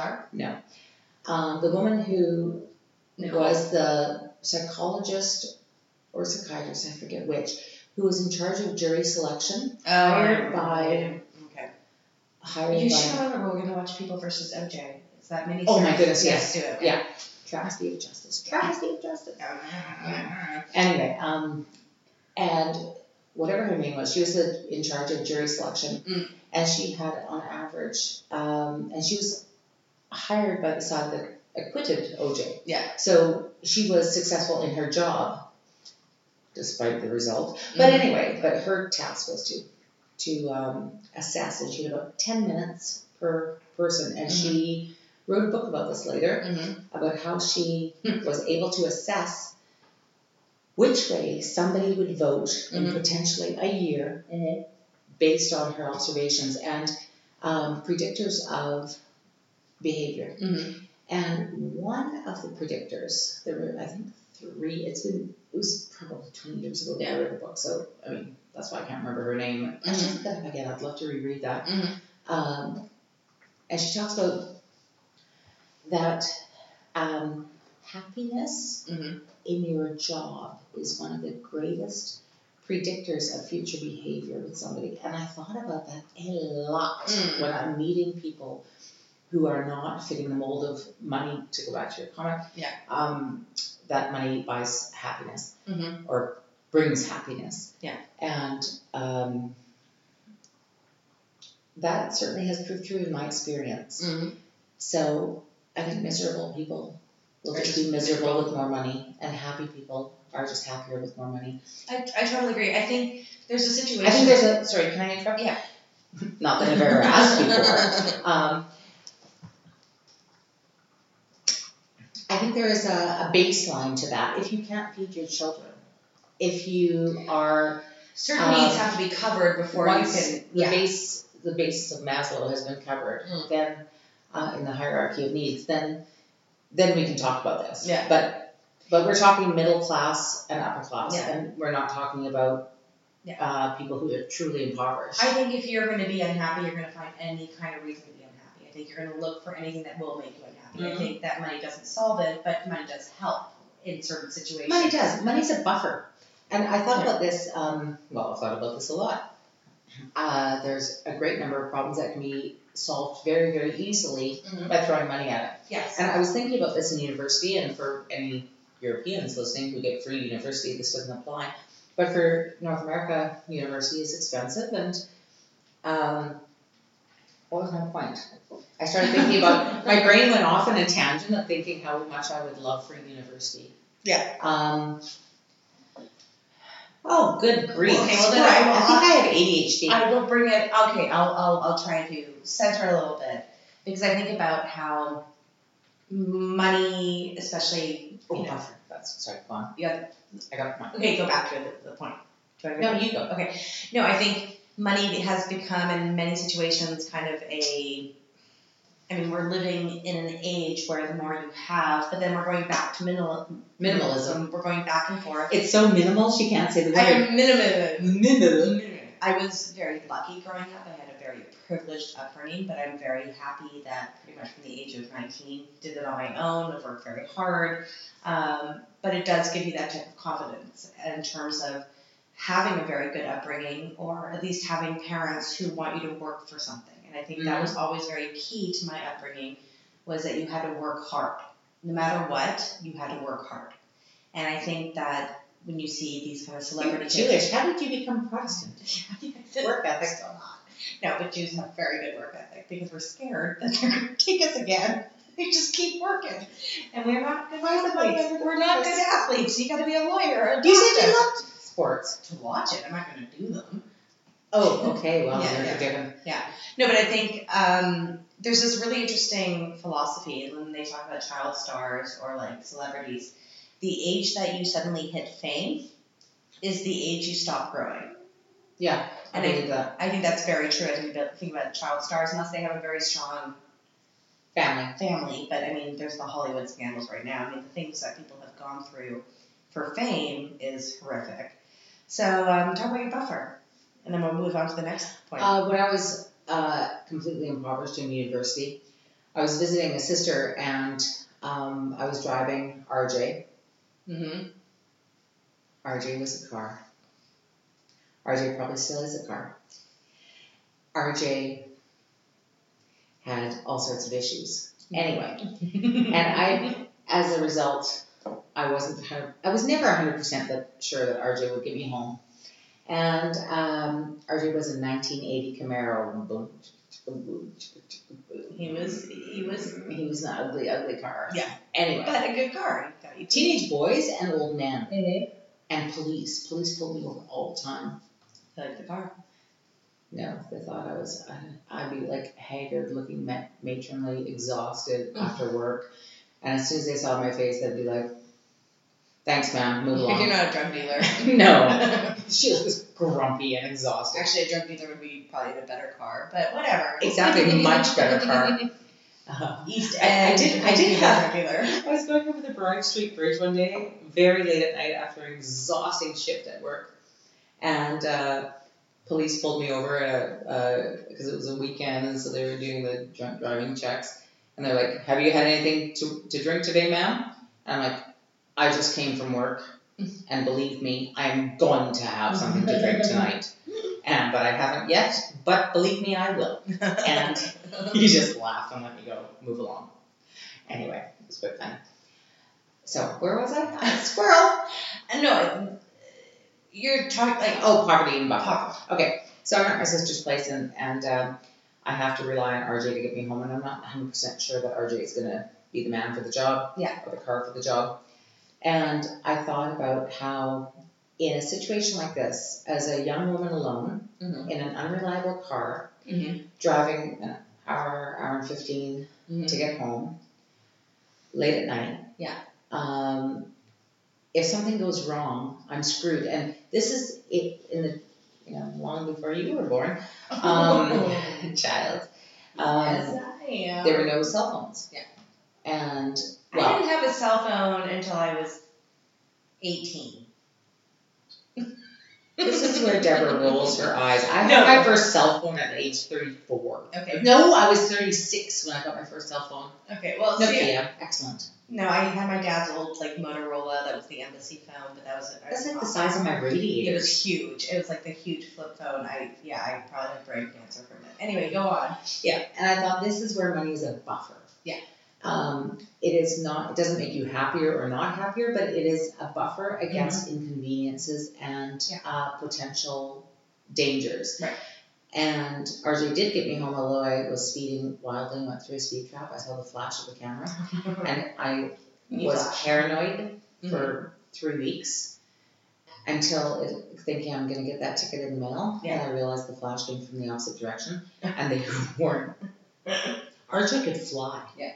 Clark.
Um, the woman who
No.
was the psychologist or psychiatrist, I forget which, who was in charge of jury selection,
Uh,
Hired by-
Okay.
hired
You
by
should remember we're gonna watch People versus OJ. Is that many?
Oh my goodness, yes.
Do it.
Yeah. travesty of justice, travesty of justice. Mm-hmm.
Yeah.
Anyway, um, and whatever her name was, she was the, in charge of jury selection,
Mm.
and she had on average, um, and she was hired by the side that acquitted OJ.
Yeah.
So she was successful in her job, despite the result. But
Mhm.
anyway, but her task was to to um, assess, and she had about ten minutes per person, and she
Mm-hmm.
wrote a book about this later
Mhm.
about how she was able to assess which way somebody would vote in
Mhm.
potentially a year
Mhm.
based on her observations and um, predictors of behavior.
Mhm.
And one of the predictors, there were I think three. It's been it was probably twenty years ago that I read the book, so I mean that's why I can't remember her name. I just looked that up again. I'd love to reread that.
Mhm.
Um, and she talks about that um, happiness
Mhm.
in your job is one of the greatest predictors of future behavior with somebody. And I thought about that a lot
Mm.
when I'm meeting people who are not fitting the mold of money, to go back to your comment.
Yeah.
Um, that money buys happiness
Mhm.
or brings happiness.
Yeah.
And um, that certainly has proved true in my experience.
Mhm.
So I think miserable people will
Are
just
just
be miserable with more money, and happy people are just happier with more money.
I, I totally agree. I think there's a situation.
I think there's a sorry, can I interrupt?
Yeah.
Not that I've ever asked you for. it. Um, I think there is a, a baseline to that. If you can't feed your children, if you are
certain
Um,
needs have to be covered before you
once
can.
the
Yeah.
base the basis of Maslow has been covered,
Mm.
then uh, in the hierarchy of needs, then then we can talk about this.
Yeah.
But but we're talking middle class and upper class,
Yeah.
and we're not talking about
Yeah.
uh, people who are truly impoverished.
I think if you're going to be unhappy, you're going to find any kind of reason to be unhappy. I think you're going to look for anything that will make you unhappy.
Mhm.
I think that money doesn't solve it, but money does help in certain situations.
Money does. Money's a buffer. And I thought
Yeah.
about this, um, well, I've thought about this a lot. Uh, there's a great number of problems that can be solved very, very easily
Mhm.
by throwing money at it.
Yes.
And I was thinking about this in university, and for any Europeans listening who get free university, this doesn't apply. But for North America, university is expensive, and um, what was my point? I started thinking about my brain went off on a tangent of thinking how much I would love free university.
Yeah.
Um. Oh, good grief!
Okay, well, then
Screw it.
I will-
I think I have ADHD.
I will bring it. Okay, I'll, I'll, I'll try to center a little bit because I think about how money, especially.
Oh,
You know,
buffer. That's sorry. Go on.
Yeah.
I got my.
okay, go back to the, the point. Do I
No, you go.
No, I think money has become in many situations kind of a. I mean, we're living in an age where the more you have, but then we're going back to minimal,
Minimalism.
We're going back and forth.
It's so minimal she can't say the
I
word.
am minimal.
Minimal.
I was very lucky growing up. I had a very privileged upbringing, but I'm very happy that pretty much from the age of 19, did it on my own. I've worked very hard. Um, but it does give you that type of confidence in terms of having a very good upbringing or at least having parents who want you to work for something. And I think that was always very key to my upbringing was that you had to work hard. No matter what, you had to work hard. And I think that when you see these kind of
You're
celebrity kids-
Jewish. How did you become Protestant? Work ethic.
ethic No, but Jews have very good work ethic because we're scared that they're going to take us again. We just keep working, and we're not good
Why is it not
athletes.
good
We're not
for us?
good athletes. You got to be a lawyer. Or a
You said you
doctor.
loved sports.
to watch it. I'm not going to do them.
Oh, okay. Well,
Yeah,
you're
yeah.
forgiven.
No, but I think um, there's this really interesting philosophy when they talk about child stars or like celebrities. The age that you suddenly hit fame is the age you stop growing.
Yeah, I
And I-
believe that.
I think that's very true. I think about, think about child stars, unless they have a very strong
Family.
family. But I mean, there's the Hollywood scandals right now. I mean, the things that people have gone through for fame is horrific. So um, talk about your buffer, and then we'll move on to the next point.
Uh, when I was uh, completely impoverished in university, I was visiting a sister and um, I was driving RJ.
mm-hmm.
RJ was a car. RJ probably still is a car. RJ had all sorts of issues. Anyway, and I, as a result, I wasn't. hun- I was never hundred percent that sure that RJ would get me home. And um, RJ was a 1980 Camaro.
he was he was,
He was an ugly, ugly car.
Yeah.
Anyway,
but a good guard. Got you.
teenage boys and old men
Mm-hmm.
and police. Police pulled me over all the time.
I like the car.
No, they thought I was. I, I'd be like haggard, looking ma- matronly, exhausted after work. And as soon as they saw my face, they'd be like, "Thanks, ma'am. Move along."
You're not a drug dealer.
No, she looks grumpy and exhausted.
Actually, a drug dealer would be probably the better car, but whatever.
Exactly, much better car. Uh-huh.
East
I- I
End.
did- I did
is
have-
popular.
I was going over the Broad Street Bridge one day, very late at night after an exhausting shift at work, and uh, police pulled me over because it was a weekend, and so they were doing the drunk driving checks, and they're like, "Have you had anything to, to drink today, ma'am?" And I'm like, "I just came from work, and believe me, I'm going to have something to drink tonight, and but I haven't yet. But believe me, I will." And he just laughed and let me go move along. Anyway, it was good fun. So where was I? Squirrel.
And no, you're talking like
Oh, poverty in Buffalo.
pop.
So I'm at my sister's place and and um, I have to rely on RJ to get me home, and I'm not 100 percent sure that RJ is gonna be the man for the job.
Yeah.
Or the car for the job. And I thought about how in a situation like this, as a young woman alone
Mhm.
in an unreliable car,
Mhm.
driving an hour, hour and fifteen
Mm-hmm.
to get home late at night.
Yeah.
Um, if something goes wrong, I'm screwed. And this is it in the you know long before you were born, um, child. Um,
yes, I am.
There were no cell phones.
Yeah.
And
I
well,
didn't have a cell phone until I was 18.
this is where Deborah rolls her eyes. I
No.
had my first cell phone at age 34.
Okay.
No, I was 36 when I got my first cell phone.
Okay, well, see,
Nokia, excellent.
no, I had my dad's old like Motorola that was the embassy phone, but that was I
That's
was
like the size of my
It
radiator.
was huge. It was like the huge flip phone. I yeah, I probably had brain cancer from it. Anyway, go on.
Yeah, and I thought this is where money is a buffer.
Yeah.
Um, it is not. It doesn't make you happier or not happier, but it is a buffer against inconveniences and
Mm-hmm. Yeah.
uh, potential dangers.
Right.
And RJ did get me home, although I was speeding wildly, went through a speed trap. I saw the flash of the camera,
Uh-huh.
and I was paranoid
Mm-hmm.
for three weeks until it, thinking I'm going to get that ticket in the mail.
Yeah.
And I realized the flash came from the opposite direction and they weren't. Archer could fly.
Yeah.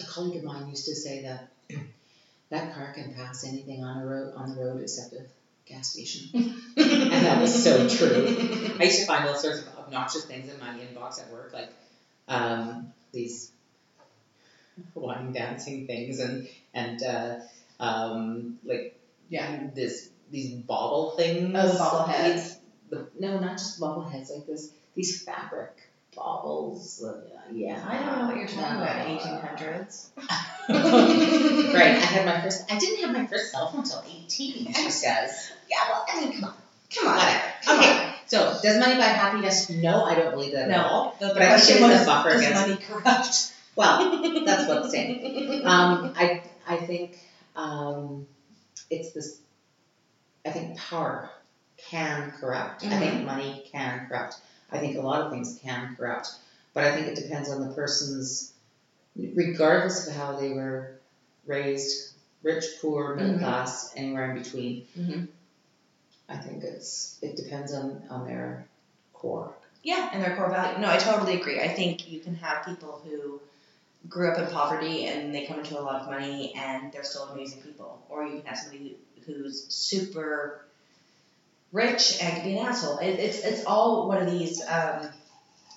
A colleague of mine used to say that that car can pass anything on a road on the road except a gas station. and that was so true. I used to find all sorts of obnoxious things in my inbox at work, like um, these Hawaiian dancing things and and uh, um, like
Yeah.
this these bobble things.
Oh, the bobbleheads.
The, no, not just bobbleheads. Like this, these fabric baubles. uh, yeah,
I don't know what you're talking about.
Uh,
Eighteen hundreds.
right. I had my first. I didn't have my first cell phone until eighteen. She says. Yeah. Well, I mean, come on.
Come on.
Whatever.
Come
okay. So, does money buy happiness? No, I don't believe that
on.
at all.
No, the
But I
question
think it was
was
a buffer
is
against-
money corrupt?
Well, that's what I'm saying. Um, I I think um, it's this. I think power can corrupt. I think money can corrupt. I think a lot of things can corrupt, but I think it depends on the person's, regardless of how they were raised, rich, poor, middle
Mhm.
class, anywhere in between.
Mhm.
I think it's it depends on on their core.
Yeah, and their core value. No, I totally agree. I think you can have people who grew up in poverty and they come into a lot of money and they're still amazing people. Or you can have somebody who- who's super rich and can be an asshole. It, it's it's all one of these. Um,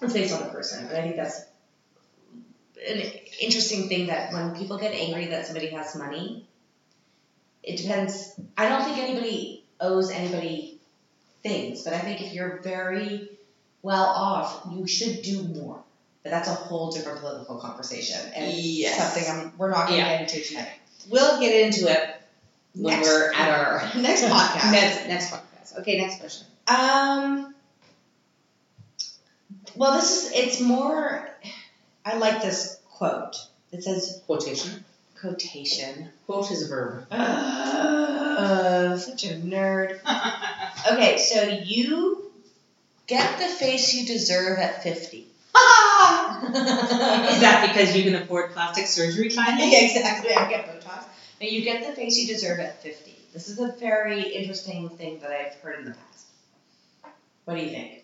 it's based on the person, but I think that's an interesting thing that when people get angry that somebody has money, it depends. I don't think anybody owes anybody things, but I think if you're very well off, you should do more. But that's a whole different political conversation and
Yes.
something I'm, we're not going to
Yeah.
get into tonight.
We'll get into it when
Next-
we're at our
next podcast.
Next, next podcast. Okay, next question.
Um. Well, this is it's more. I like this quote. It says
Quotation.
quotation.
Quote is a verb.
Uh, such a nerd. Okay, so you get the face you deserve at fifty.
Ah! Is that because you can afford plastic surgery finally?
yeah, exactly. I get Botox. Now you get the face you deserve at 50. This is a very interesting thing that I've heard in the past. What do you think?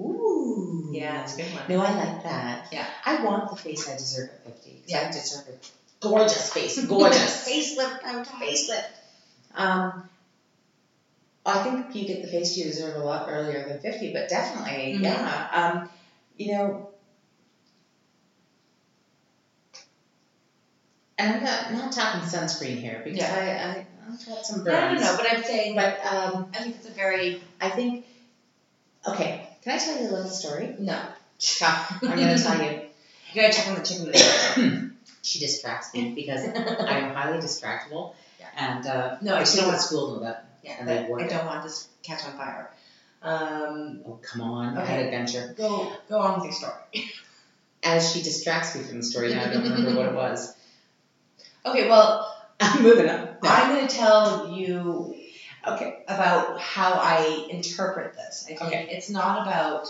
Ooh.
it's a good one.
Mm. No, I like that.
Yeah.
I want the face I deserve at 50. 'cause
Yeah.
I deserve a gorgeous face. Gorgeous.
Facelift, Botox.
Facelift. Um, I think you get the taste you deserve a lot earlier than 50, but definitely,
Mhm.
yeah. Um, you know, and I'm not, not talking sunscreen here because
Yeah.
I, I, I've got some
No, no,
burns.
no, no, but I'm saying,
But um,
I think it's a very,
I think, okay, can I tell you a little story?
no.
I'm going to tell you.
You gotta check on the chicken. later.
She distracts me because I am highly distractible.
Yeah.
And uh,
No, I
I should
don't
have
want-
school know that.
Yeah,
And
but
they work
I
it.
don't want this to catch on fire. Um,
Oh, come on, I
Okay.
had adventure.
go, go on with your story.
As she distracts me from the story, now I don't remember what it was.
Okay, well,
I'm moving on. No.
I'm gonna tell you
Okay.
about how I interpret this. I think
Okay.
it's not about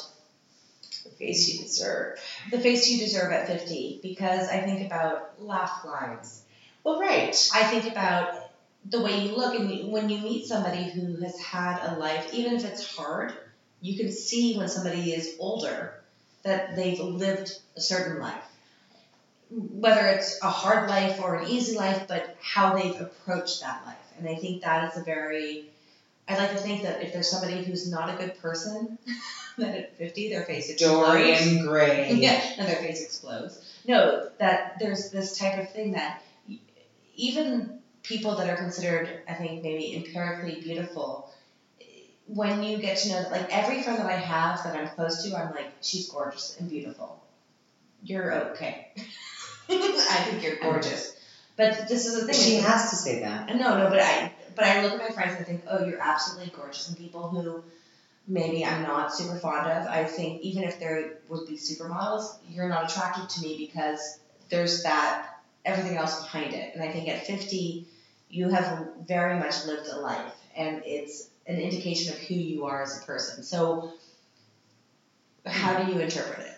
the face you deserve, the face you deserve at 50, because I think about laugh lines.
Well, right.
I think about the way you look, and you- when you meet somebody who has had a life, even if it's hard, you can see when somebody is older that they've lived a certain life. Whether it's a hard life or an easy life, but how they've approached that life. And I think that is a very I'd like to think that if there's somebody who's not a good person, that at 50 their face explodes.
Dorian Gray.
Yeah, and their face explodes. No, that there's this type of thing that y- even people that are considered, I think, maybe empirically beautiful, when you get to know that, like every friend that I have that I'm close to, I'm like, she's gorgeous and beautiful. You're okay. I think you're gorgeous. But this is the thing.
She has to say that.
No, no, but I but I look at my friends and I think, oh, you're absolutely gorgeous. And people who maybe I'm not super fond of, I think even if they would be supermodels, you're not attracted to me because there's that everything else behind it. And I think at 50, you have very much lived a life, and it's an indication of who you are as a person. So, how do you interpret it?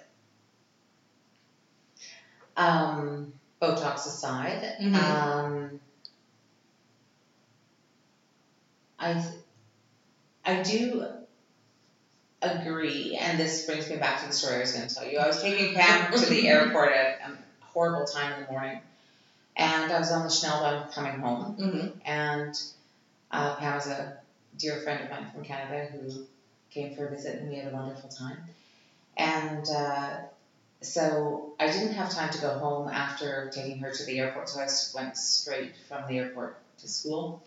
Um, Botox aside,
Mhm.
um, I, th- I do agree, and this brings me back to the story I was going to tell you. I was taking cab to the airport at a horrible time in the morning, and I was on the Schnellbahn coming home,
Mm-hmm.
and uh, Pam was a dear friend of mine from Canada who came for a visit, and we had a wonderful time. And uh, so I didn't have time to go home after taking her to the airport, so I s- went straight from the airport to school.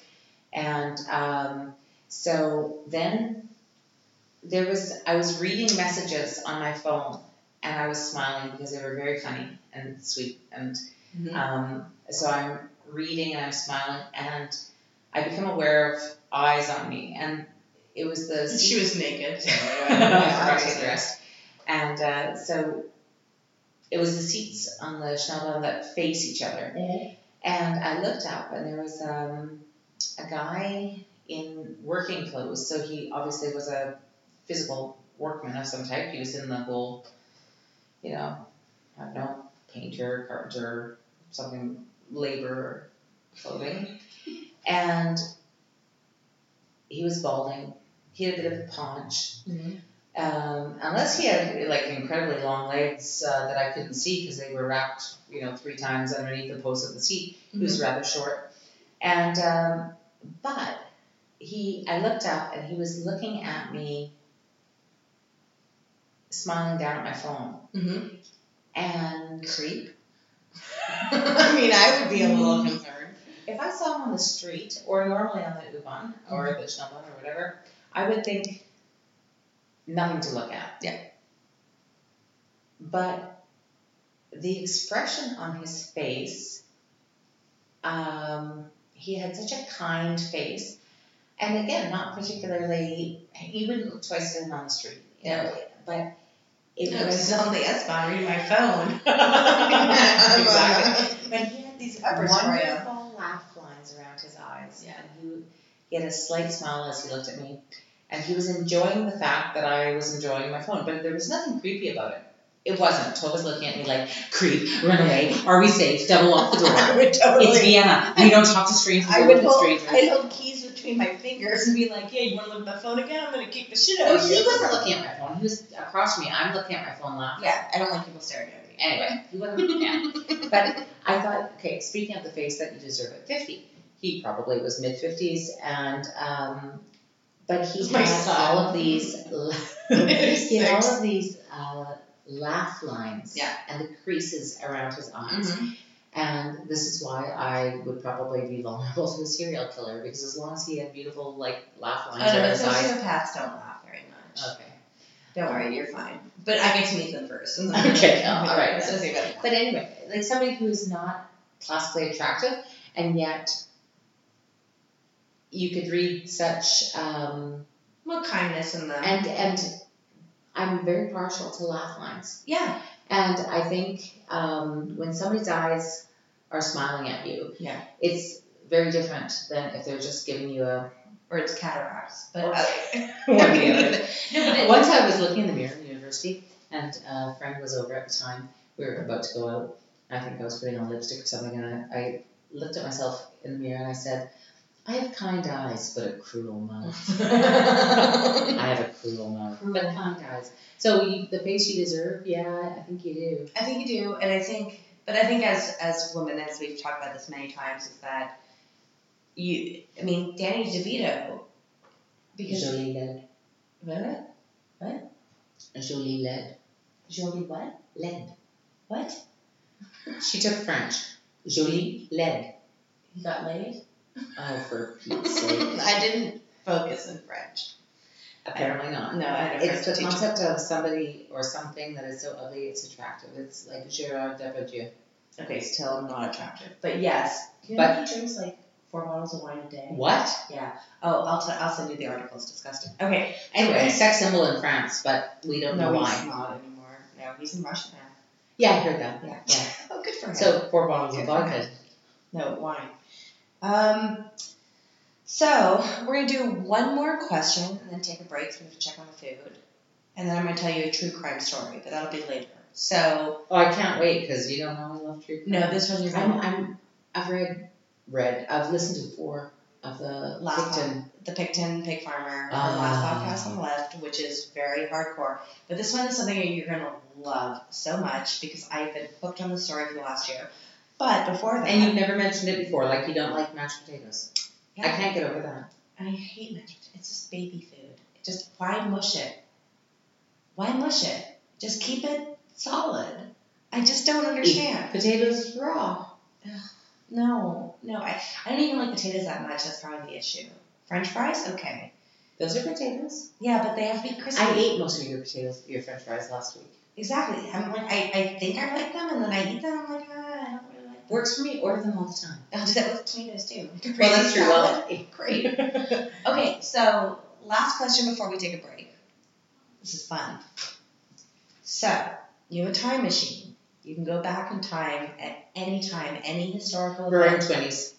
And um, so then there was I was reading messages on my phone, and I was smiling because they were very funny and sweet and
Mm-hmm.
um, so I'm reading and I'm smiling, and I become aware of eyes on me, and it was the
She was naked. So
I forgot to dress, and uh, so it was the seats on the Schnellbahn that face each other, and I looked up, and there was um, a guy in working clothes, so he obviously was a physical workman of some type. He was in the whole, you know, I don't know, painter, carpenter, something, labor, clothing. and he was balding. He had a bit of a paunch.
Mhm.
Um, unless he had like incredibly long legs uh, that I couldn't see because they were wrapped, you know, three times underneath the post of the seat. He was rather short. And um, but he, I looked up and he was looking at me, smiling down at my phone.
Mhm.
And
Creep.
I mean, I would be a
Mm.
little concerned if I saw him on the street or normally on the U-Bahn or
Mm-hmm.
the Schnellbahn or whatever. I would think nothing to look at.
Yeah.
But the expression on his face, um, he had such a kind face, and again, not particularly. He wouldn't look twice at him on the street. You know, but it
No, 'cause
was
it's on the S-Bahn, reading my phone.
exactly.
But he had these uppers for you.
Wonderful laugh lines around his eyes.
Yeah.
And he, he had a slight smile as he looked at me. And he was enjoying the fact that I was enjoying my phone, but there was nothing creepy about it. It wasn't. Toba was looking at me like, creep, run away, are we safe, double lock the door.
would
It's Vienna. You don't talk to strangers.
I
you
would
live with
hold,
strangers.
I'd hold keys between my fingers and be like, "Yeah, you want to look at my phone again? I'm gonna kick the shit out
Oh,
of you."
he wasn't looking at my phone. He was across from me. I'm looking at my phone laughing.
Yeah, I don't like people staring at me.
Anyway, he wasn't down. But I thought, okay, speaking of the face that you deserve at 50, he probably was mid 50s, and um, But he
It's my
has
son.
all of these, he had all of these uh, laugh lines
Yeah.
and the creases around his eyes.
Mhm.
And this is why I would probably be vulnerable to a serial killer because as long as he had beautiful like laugh
Oh,
lines
no,
around
but
his eyes.
sociopaths don't laugh very much.
Okay.
Don't worry, you're fine. But I get to meet them first. And
Okay, oh, all right.
So see what-
But anyway, like somebody who is not classically attractive, and yet you could read such. Um,
Well, kindness in them.
and and I'm very partial to laugh lines,
yeah,
and I think um, when somebody's eyes are smiling at you,
Yeah.
it's very different than if they're just giving you a.
or it's cataracts. But
Or-
uh,
one or the other.
no, but it,
Once I was looking in the mirror in university, and a friend was over at the time. We were about to go out. I think I was putting on lipstick or something, and I, I looked at myself in the mirror and I said, I have kind eyes, but a cruel mouth. I have a cruel mouth, but
Cruel.
kind eyes. So you, the face you deserve, yeah, I think you do.
I think you do, and I think, but I think as as women, as we've talked about this many times, is that you. I mean, Danny DeVito, because
Jolie lead.
what?
Jolie lead.
Jolie what?
Lead.
What?
She took French. Jolie lead.
You got laid?
Oh, for Pete's sake.
I didn't focus in French.
Apparently not.
No, I had a French
It's the
teacher.
concept of somebody or something that is so ugly it's attractive. It's like Gérard Depardieu.
Okay, still not attractive, but yes. Do
But-
he drinks like four bottles of wine a day?
What?
Oh, I'll, t- I'll send you the article. It's disgusting. Okay.
Anyway, sex symbol in France, but we don't know
no, he's
why.
not anymore. No, he's in Russia now.
Yeah, I heard that.
Yeah.
Yeah.
Oh, good for him.
So four bottles of
Okay.
vodka.
no wine. Um, so we're gonna do one more question and then take a break. So we have to check on the food, and then I'm gonna tell you a true crime story, but that'll be later. So
Oh, I can't wait because you don't know I love true crime.
no, this one you're
I'm,
gonna
I'm, I've read, read, I've listened to four of the
Laugh
victim.
the Picton Pig Farmer from
Ah.
last podcast on the left, which is very hardcore. But this one is something that you're gonna love so much because I've been hooked on the story for the last year. But before that,
And you've never mentioned it before, like you don't like mashed potatoes.
Yeah.
I can't get over that.
And I hate mashed potatoes. It's just baby food. Just why mush it? Why mush it? Just keep it solid. I just don't understand.
Potatoes raw.
No, no, I, I don't even like potatoes that much. That's probably the issue. French fries, okay.
Those are potatoes.
Yeah, but they have to be crispy.
I ate most of your potatoes, your french fries last week.
exactly. I'm like, I, I think I like them, and then I eat them. I'm like, ah, I don't really like. Them.
Works for me. Order them all the time.
I'll do that with tomatoes too.
Well, that's true.
Salad.
Well,
Great. Okay, so last question before we take a break. This is fun. So, you have a time machine. You can go back in time at any time, any historical
we're in
event.
twenties.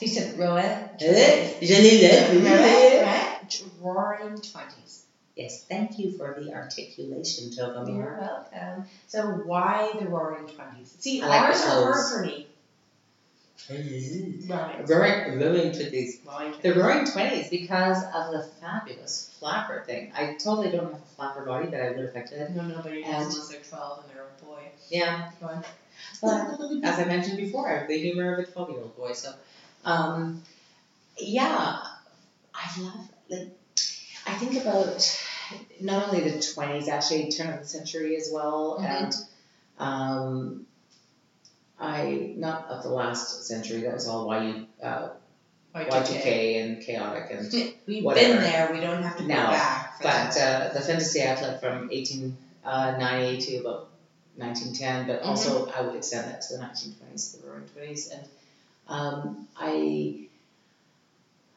You said Roa.
Yes,
Roaring 20s.
thank you for the articulation, Togomir.
You're welcome. So, why the Roaring 20s? See,
I like
ours
the
are hard
clothes.
for me. Mm-hmm. Roaring.
Roaring, roaring twenties.
Roaring 20s.
The roaring twenties because of the fabulous flapper thing. I totally don't have a flapper body, but I would if I could.
No, nobody
And-
does unless they're 12 and they're a boy.
Yeah,
Go on.
but as I mentioned before, I have the humor of a twelve-year-old boy. So, um, yeah, I love like I think about not only the twenties, actually turn of the century as well,
Mhm.
and um, I not of the last century. That was all YU, uh, Y2K and chaotic and
We've
Whatever.
been there. We don't have to go
No,
back. For
But
that.
uh, the fantasy outlet from 1890 to about 1910, but also I would extend that to the 1920s, the Roaring Twenties, and um, I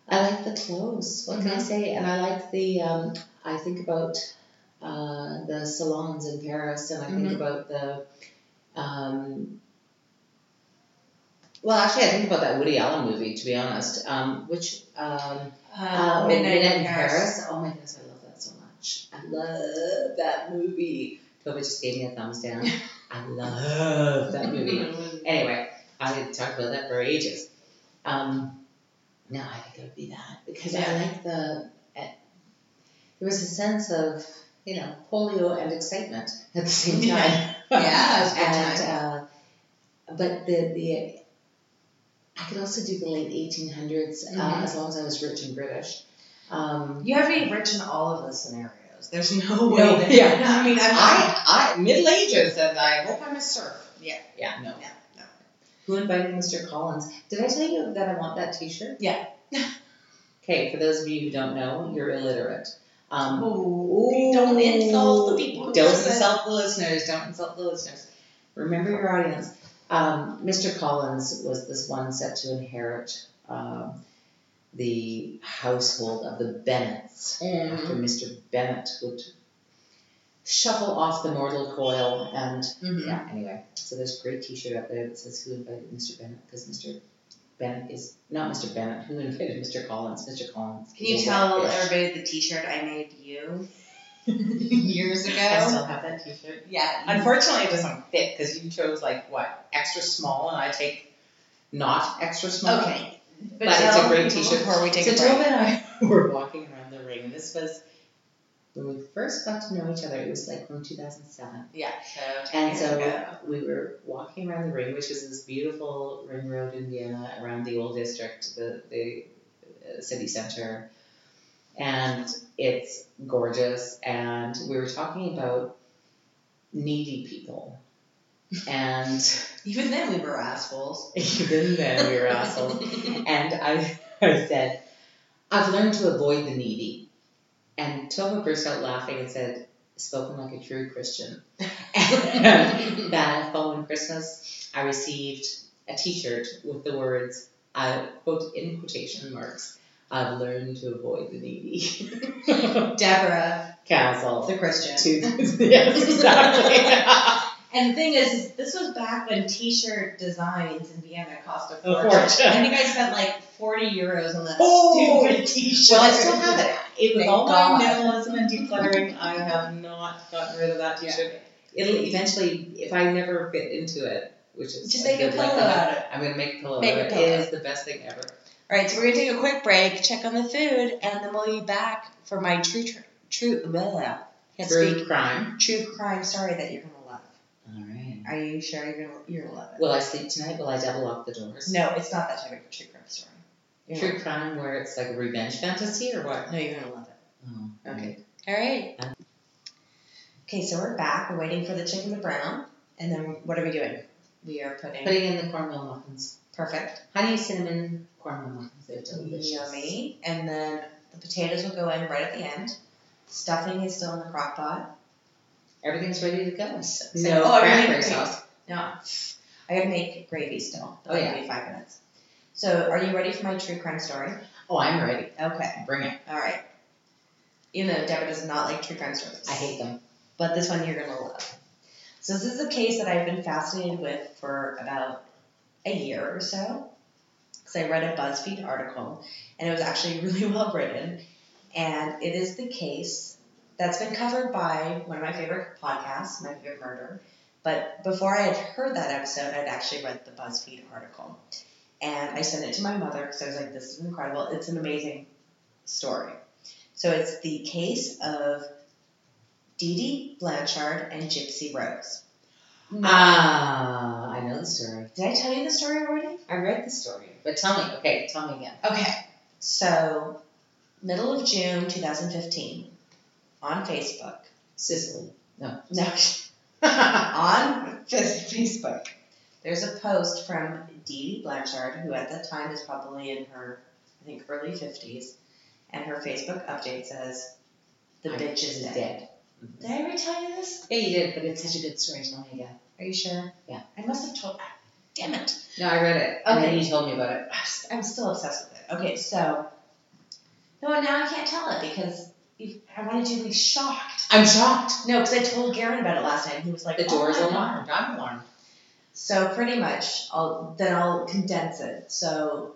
I like the clothes. What can I
Mhm.
say? And I like the um, I think about uh, the salons in Paris, and I think
Mhm.
about the. Um, well, actually, I think about that Woody Allen movie, to be honest, um, which um, uh, Midnight, in Paris. Oh my goodness, I love that so much. I love that movie. Toby just gave me a thumbs down. I love that movie. anyway, I could talk about that for ages. Um, no, I think it would be that because I
Yeah.
like the. Uh, there was a sense of you know polio and excitement at the same time.
Yeah. Yeah, it was a good
and uh, but the the. I could also do the late 1800s uh,
Mhm.
as long as I was rich and British. Um,
You have me rich in all of the scenarios. There's no
No,
way. that,
yeah.
I mean, I'm,
I, I, Middle Ages, and I hope I'm a serf.
Yeah.
Yeah, no.
Yeah, no.
Who invited Mr. Collins? Did I tell you that I want that t shirt?
Yeah.
okay, for those of you who don't know, you're illiterate. Um,
Oh, don't insult the people. who
Don't
listen.
insult the listeners. Don't insult the listeners. Remember your audience. Um, Mr. Collins was this one set to inherit um, the household of the Bennets after
Mm.
Mr. Bennett would shuffle off the mortal coil and
Mhm.
yeah. Anyway, so there's a great T-shirt out there that says "Who invited Mr. Bennett?" Because Mr. Bennett is not Mr. Bennett. Who invited Mr. Collins? Mr. Collins.
Can you
is a
tell
catfish.
everybody the T-shirt I made you years ago?
I still have that T-shirt.
yeah. you-
Unfortunately, it doesn't fit because you chose like what extra small, and I take not extra small.
Okay. But,
But it's a
tell
great
people
T-shirt.
Before we take
so
a break.
Toby and I were walking around the ring. This was when we first got to know each other. It was like from 2007,
Yeah. So ten
and
years
so
ago.
we were walking around the ring, which is this beautiful ring road, Indiana, around the old district, the the uh, city center, and it's gorgeous. And we were talking about needy people, and.
even then we were assholes.
Even then, we were assholes. And I, I said, I've learned to avoid the needy. And Tova burst out laughing and said, Spoken like a true Christian. And that following Christmas, I received a t shirt with the words, I quote in quotation marks, I've learned to avoid the needy.
Deborah,
Castle.
the Christian.
Two, yes, exactly.
And the thing is, is, this was back when t-shirt designs in Vienna cost a fortune.
fortune.
I think I spent like 40 euros on that
Oh!
stupid t-shirt.
Well, I still have it. It was
Thank
all
God.
my minimalism and decluttering. I have not gotten rid of that
Yeah.
T-shirt. It'll eventually, if I never fit into it, which is
Just
I
make a
feel like
pillow
that.
out of it.
I'm gonna make a pillow.
Make
out
a
of it.
pillow.
It is the best thing ever.
All right, so we're gonna take a quick break, check on the food, and then we'll be back for my true tr- true blah, blah, can't
True
speak
crime.
true crime story that you're gonna love.
All right.
Are you sure you're gonna you're gonna love it?
Will I sleep tonight? Will I double lock the doors?
No, it's not that type of true crime story. You're
True crime, where it's like a revenge fantasy or what?
gonna- no, you're gonna love it.
Oh,
Okay. All right. Okay, so we're back. We're waiting for the chicken to brown, and then what are we doing? We are putting
Putting in the cornmeal muffins.
perfect,
Honey cinnamon cornmeal muffins. They're delicious.
yummy, and then the potatoes will go in right at the end. Stuffing is still in the crock pot.
Everything's ready to go. So,
No Oh,
cranberry
cranberry
sauce.
No, I gotta make gravy still.
Oh, yeah.
Maybe five minutes. So, are you ready for my true crime story?
Oh, I'm ready.
Okay,
Bring it.
all right. You know, Deborah does not like true crime stories.
I hate them.
But this one you're gonna love. So, this is a case that I've been fascinated with for about a year or so. Because I read a BuzzFeed article, and it was actually really well written. And it is the case that's been covered by one of my favorite podcasts, My Favorite Murder. But before I had heard that episode, I'd actually read the BuzzFeed article. And I sent it to my mother because I was like, this is incredible. It's an amazing story. So it's the case of Dee Dee Blanchard and Gypsy Rose.
Ah, I know the story.
Did I tell you the story already?
I read the story, but tell me. Okay, tell me again.
Okay. So, middle of June 2015, on Facebook.
Sicily.
No, on just Facebook, there's a post from Dee Dee Blanchard, who at that time is probably in her, I think, early 50s, and her Facebook update says, The
I'm
bitch is dead. Did I ever tell you this?
Yeah, you did, but it's such a good story. Tell me again.
Are you sure?
Yeah.
I must have told. Damn it.
No, I read it, and then
Okay.
you told me about it.
I'm still obsessed with it. Okay, so. No, and now I can't tell it because you, I wanted you to be shocked.
I'm shocked.
No, because I told Garen about it last night. and He was like,
The door is
"Oh my God."
alarmed. I'm alarmed.
So pretty much, I'll then I'll condense it. So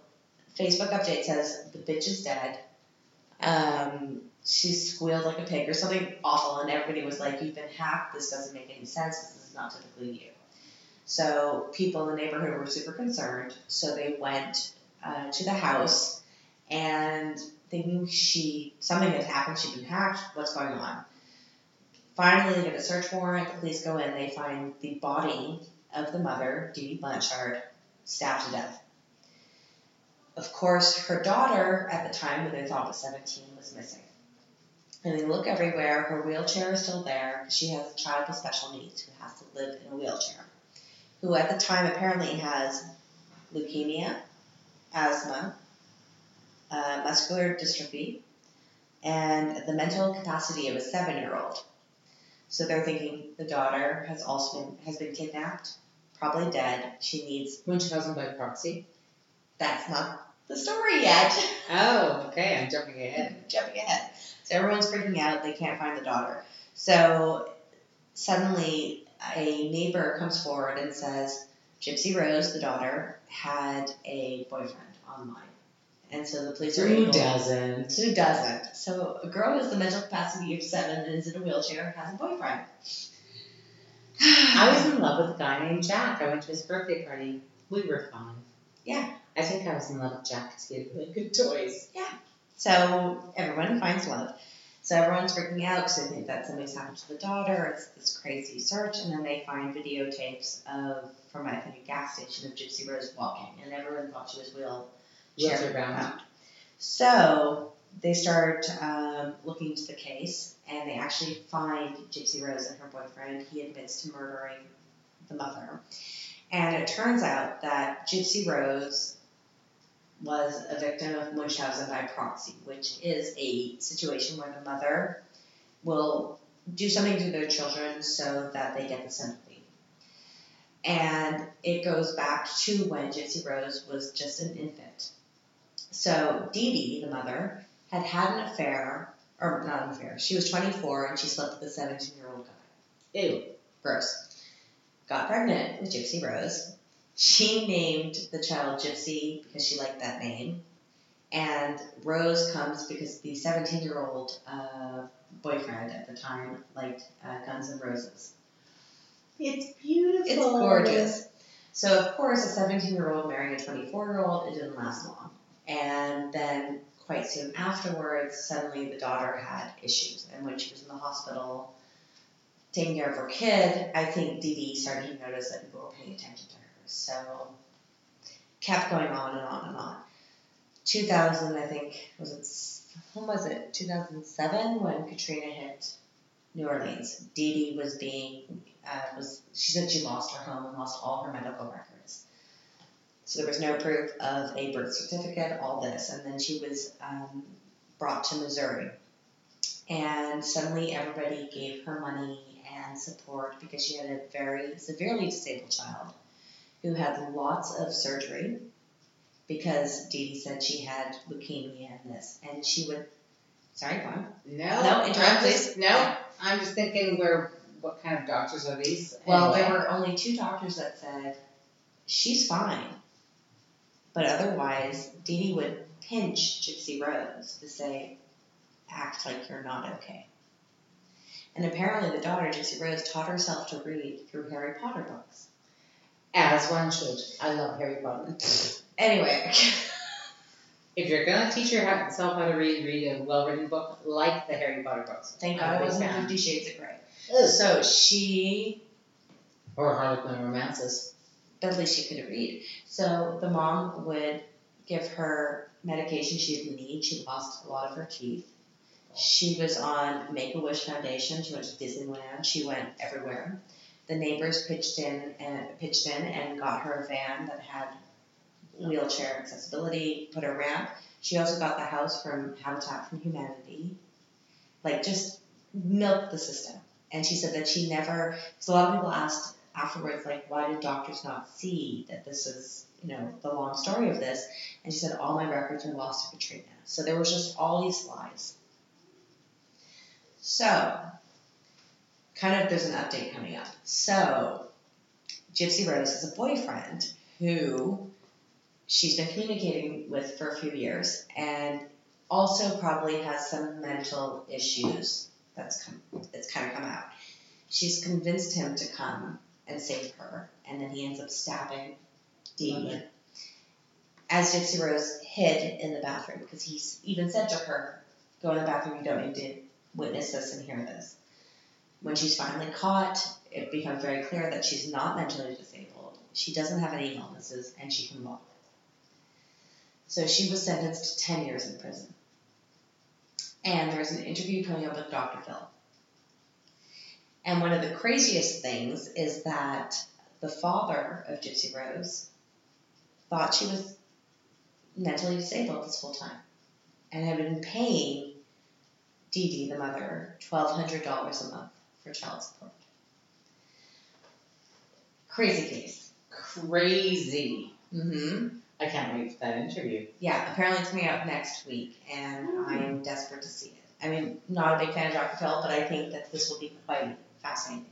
Facebook update says the bitch is dead. Um, she squealed like a pig or something awful, and everybody was like, "You've been hacked. This doesn't make any sense. This is not typically you." So people in the neighborhood were super concerned. So they went uh, to the house, and thinking she something had happened. She'd been hacked. What's going on? Finally, they get a search warrant. The police go in. They find the body of the mother, Dee Dee Blanchard, stabbed to death. Of course, her daughter at the time, who they thought was 17, was missing. And they look everywhere. Her wheelchair is still there. She has a child with special needs who has to live in a wheelchair, who at the time apparently has leukemia, asthma, uh, muscular dystrophy, and the mental capacity of a seven-year-old. So they're thinking the daughter has also been has been kidnapped, probably dead. She needs.
Munchausen by proxy.
That's not the story yet.
Oh, okay, I'm jumping ahead.
jumping ahead. So everyone's freaking out. They can't find the daughter. So suddenly, a neighbor comes forward and says, Gypsy Rose, the daughter, had a boyfriend online. And so the police are
Who
able.
doesn't?
Who doesn't? So a girl with the mental capacity of seven and is in a wheelchair has a boyfriend.
I was in love with a guy named Jack. I went to his birthday party. We were fine.
Yeah.
I think I was in love with Jack because he had really good toys.
So everyone finds love. So everyone's freaking out because they think that something's happened to the daughter. It's this crazy search, and then they find videotapes of from I think a gas station of Gypsy Rose walking, and everyone thought she was Will.
Wheelchair bound.
So they start um, looking into the case, and they actually find Gypsy Rose and her boyfriend. He admits to murdering the mother, and it turns out that Gypsy Rose was a victim of Munchausen by proxy, which is a situation where the mother will do something to their children so that they get the sympathy. And it goes back to when Gypsy Rose was just an infant. So Dee Dee, the mother, had had an affair, or not an affair. She was 24 and she slept with a 17 year old guy.
Ew.
Gross. Got pregnant with Gypsy Rose. She named the child Gypsy because she liked that name. And Rose comes because the 17 year old uh, boyfriend at the time liked uh, Guns N' Roses.
It's beautiful.
It's gorgeous. So of course, a 17 year old marrying a 24 year old, it didn't last long. And then quite soon afterwards, suddenly the daughter had issues, and when she was in the hospital taking care of her kid, I think Dee Dee started to notice that people were paying attention to her. So kept going on and on and on. 2000, I think, was it? s- When was it? 2007 when Katrina hit New Orleans. Dee Dee was being uh, was she said she lost her home and lost all her medical records. So there was no proof of a birth certificate, all this, and then she was um, brought to Missouri, and suddenly everybody gave her money and support because she had a very severely disabled child who had lots of surgery because Dee Dee said she had leukemia and this, and she would. Sorry, go on.
No,
No,
I'm
interrupt.
just no. I'm just thinking where what kind of doctors are these?
Well,
anyway?
there were only two doctors that said she's fine, but otherwise, Dee Dee would pinch Gypsy Rose to say, "Act like you're not okay." And apparently, the daughter Gypsy Rose taught herself to read through Harry Potter books.
as one should. I love Harry Potter.
Anyway,
If you're gonna teach yourself how to read, read a well-written book like the Harry Potter books.
thank
I'm a
God it
big
wasn't
fan.
Fifty Shades of Grey.
Ugh.
So she,
Or Harlequin romances.
but at least she could read. So the mom would give her medication she didn't need. She lost a lot of her teeth. She was on Make a Wish Foundation. She went to Disneyland. She went everywhere. The neighbors pitched in and pitched in and got her a van that had wheelchair accessibility, put a ramp. She also got the house from Habitat for Humanity. Like just milked the system. And she said that she never because a lot of people asked afterwards, like, why did doctors not see that this is, you know, the long story of this? And she said, all my records were lost to Katrina. So there was just all these lies. So, kind of there's an update coming up. So, Gypsy Rose has a boyfriend who she's been communicating with for a few years and also probably has some mental issues that's come that's kind of come out. She's convinced him to come and save her, and then he ends up stabbing Dee Dee.
Mother.
As Gypsy Rose hid in the bathroom, because he's even said to her, Go in the bathroom, you don't need to witness this and hear this. When she's finally caught, it becomes very clear that she's not mentally disabled. She doesn't have any illnesses and she can walk. So she was sentenced to 10 years in prison. And there's an interview coming up with Dr. Phil. And one of the craziest things is that the father of Gypsy Rose thought she was mentally disabled this whole time and had been paying Dee Dee, the mother, $1,200 a month for child support. Crazy case.
Crazy.
Mm-hmm.
I can't wait for that interview.
Yeah, apparently it's coming out next week, and
Mm.
I'm desperate to see it. I mean, not a big fan of Dr. Phil, but I think that this will be quite fascinating.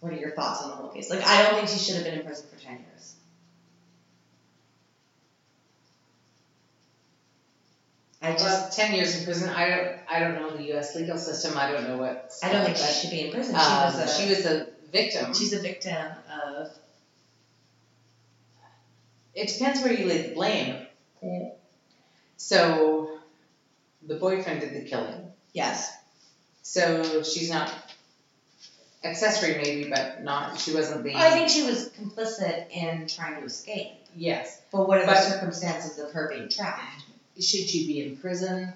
What are your thoughts on the whole case? Like, I don't think she should have been in prison for 10 years. I just,
Well, ten years in prison. I don't. I don't know the U.S. legal system. I don't know what.
I don't think
but,
she should be in prison. She
um,
was a,
she was a victim.
she's a victim of,
It depends where you lay the blame.
Yeah.
So, the boyfriend did the killing.
yes,
So she's not accessory, maybe, but not. She wasn't the.
I think she was complicit in trying to escape.
yes.
But what are the
But-
circumstances of her being trapped?
Should she be in prison?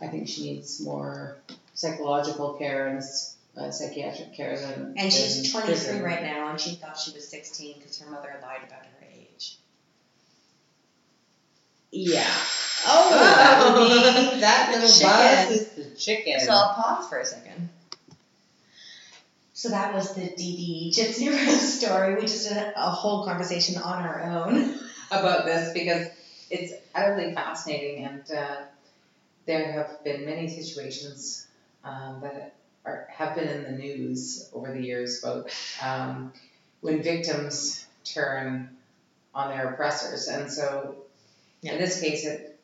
I think she needs more psychological care and uh, psychiatric care than.
And
than
she's 23
prison.
right now, and she thought she was 16 because her mother lied about her age.
Yeah.
Oh,
that would be- that
The
little
chicken.
buzz is the chicken.
So I'll pause for a second. So that was the DD Gypsy Rose story. We just did a whole conversation on our own.
about this because it's utterly fascinating, and uh, there have been many situations um, that are, have been in the news over the years about um, when victims turn on their oppressors, and so in this case, it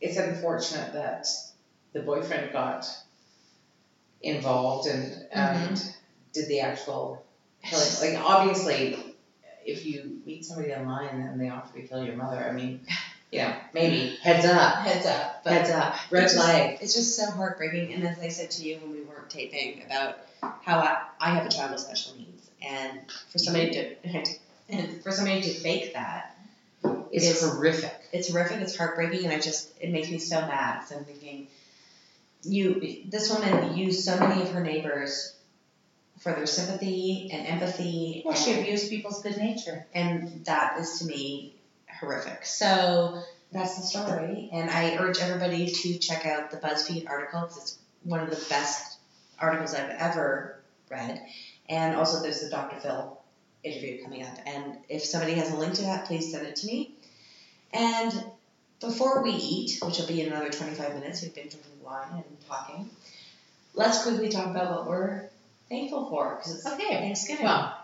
it's unfortunate that the boyfriend got involved and and did the actual killing. Like obviously, if you meet somebody online and they offer to kill your mother, I mean, you know, maybe heads up,
Heads up. But
heads up, red
just-
flag.
It's just so heartbreaking. And as I said to you when we weren't taping about how I, I have a child with special needs, and for somebody to and for somebody to fake that
It's
is-
horrific.
it's horrific, it's heartbreaking, and I just it makes me so mad. So I'm thinking, you, this woman used so many of her neighbors for their sympathy and empathy,
Well, she
and,
abused people's good nature.
and that is to me horrific. So that's the story, and I urge everybody to check out the BuzzFeed article because it's one of the best articles I've ever read, and also there's the Dr. Phil interview coming up. And if somebody has a link to that, please send it to me. And before we eat, which will be in another 25 minutes, we've been drinking wine and talking, let's quickly talk about what we're thankful for because it's
Okay.
Thanksgiving.
Well,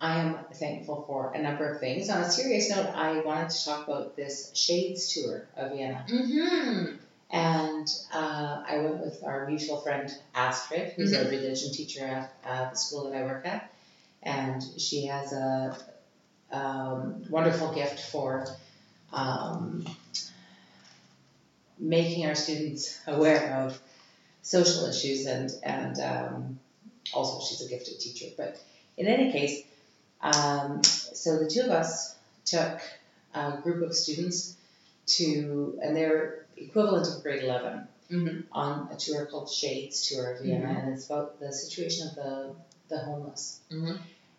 I am thankful for a number of things. On a serious note, I wanted to talk about this Shades tour of Vienna.
mm-hmm.
And uh, I went with our mutual friend Astrid, who's a religion teacher at uh, the school that I work at. And she has a um, wonderful gift for um, making our students aware of social issues, and, and um, also she's a gifted teacher. But in any case, um, so the two of us took a group of students to, and they're equivalent of grade 11
Mhm.
on a tour called Shades Tour of Vienna, and it's about the situation of the, the homeless.
Mhm.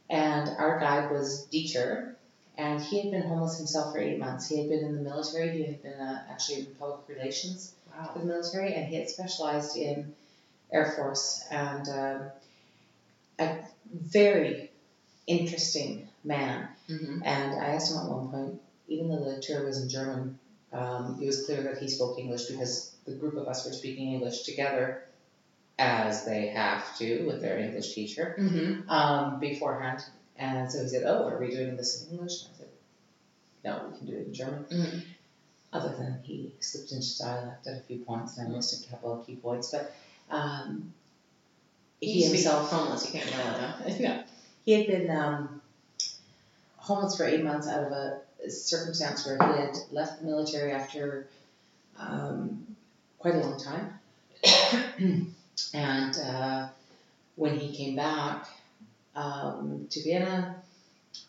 And our guide was Dieter, and he had been homeless himself for eight months. He had been in the military, he had been uh, actually in public relations
Wow.
for the military, and he had specialized in Air Force and um, a very interesting man.
Mhm.
And I asked him at one point, even though the tour was in German, um, it was clear that he spoke English because the group of us were speaking English together, as they have to with their English teacher
Mm-hmm.
um, beforehand. And so he said, Oh, are we doing this in English? And I said, No, we can do it in German.
Mhm.
Other than he slipped into dialect at a few points and I missed a couple of key points. But um, he himself,
homeless. You can't rely on them.
no, he had been um, homeless for eight months out of a circumstance where he had left the military after um, quite a long time. and uh, when he came back um, to Vienna,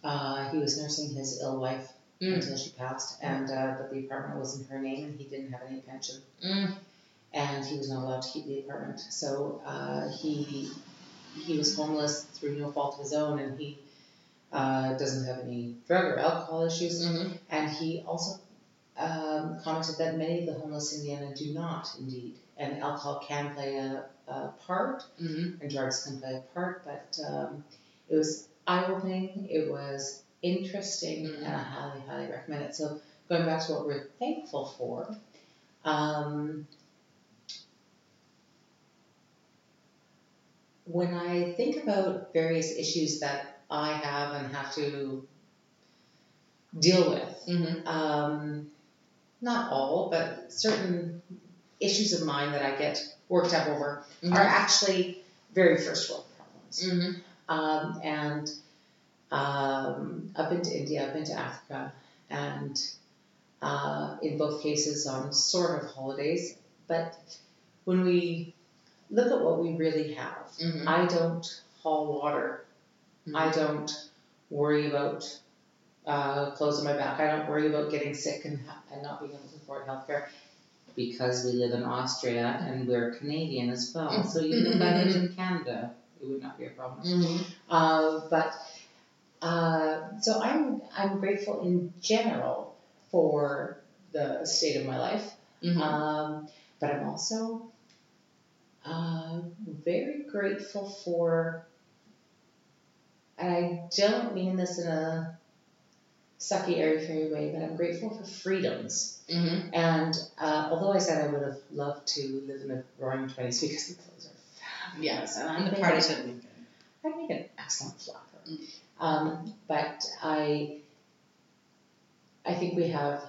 Uh, he was nursing his ill wife until she passed, and uh, but the apartment was in her name, and he didn't have any pension,
Mm.
and he was not allowed to keep the apartment. So uh, he he was homeless through no fault of his own, and he uh, doesn't have any drug or alcohol issues.
Mm-hmm.
And he also um, commented that many of the homeless in Indiana do not, indeed, and alcohol can play a, a part
Mm-hmm.
and drugs can play a part, but um, it was eye opening, it was interesting,
Mhm.
and I highly, highly recommend it. So, going back to what we're thankful for, um, when I think about various issues that I have and have to deal with,
Mm-hmm.
um, not all, but certain issues of mine that I get worked up over are actually very first world problems.
Mm-hmm.
Um, and um, I've been to India, I've been to Africa, and uh, in both cases on sort of holidays. But when we look at what we really have,
Mm-hmm.
I don't haul water. I don't worry about uh, clothes on my back. I don't worry about getting sick and, ha- and not being able to afford healthcare because we live in Austria and we're Canadian as well. So even if I lived in Canada, it would not be a problem.
Mm-hmm.
Uh, but uh, so I'm I'm grateful in general for the state of my life.
Mm-hmm.
Um, but I'm also uh, very grateful for, and I don't mean this in a sucky, airy, fairy way, but I'm grateful for freedoms.
Mm-hmm.
And uh, although I said I would have loved to live in the roaring 20s because the clothes are fabulous, and I
And the
think
parties are weekend.
I'd make an excellent flapper.
Mm.
Um, but I, I think we have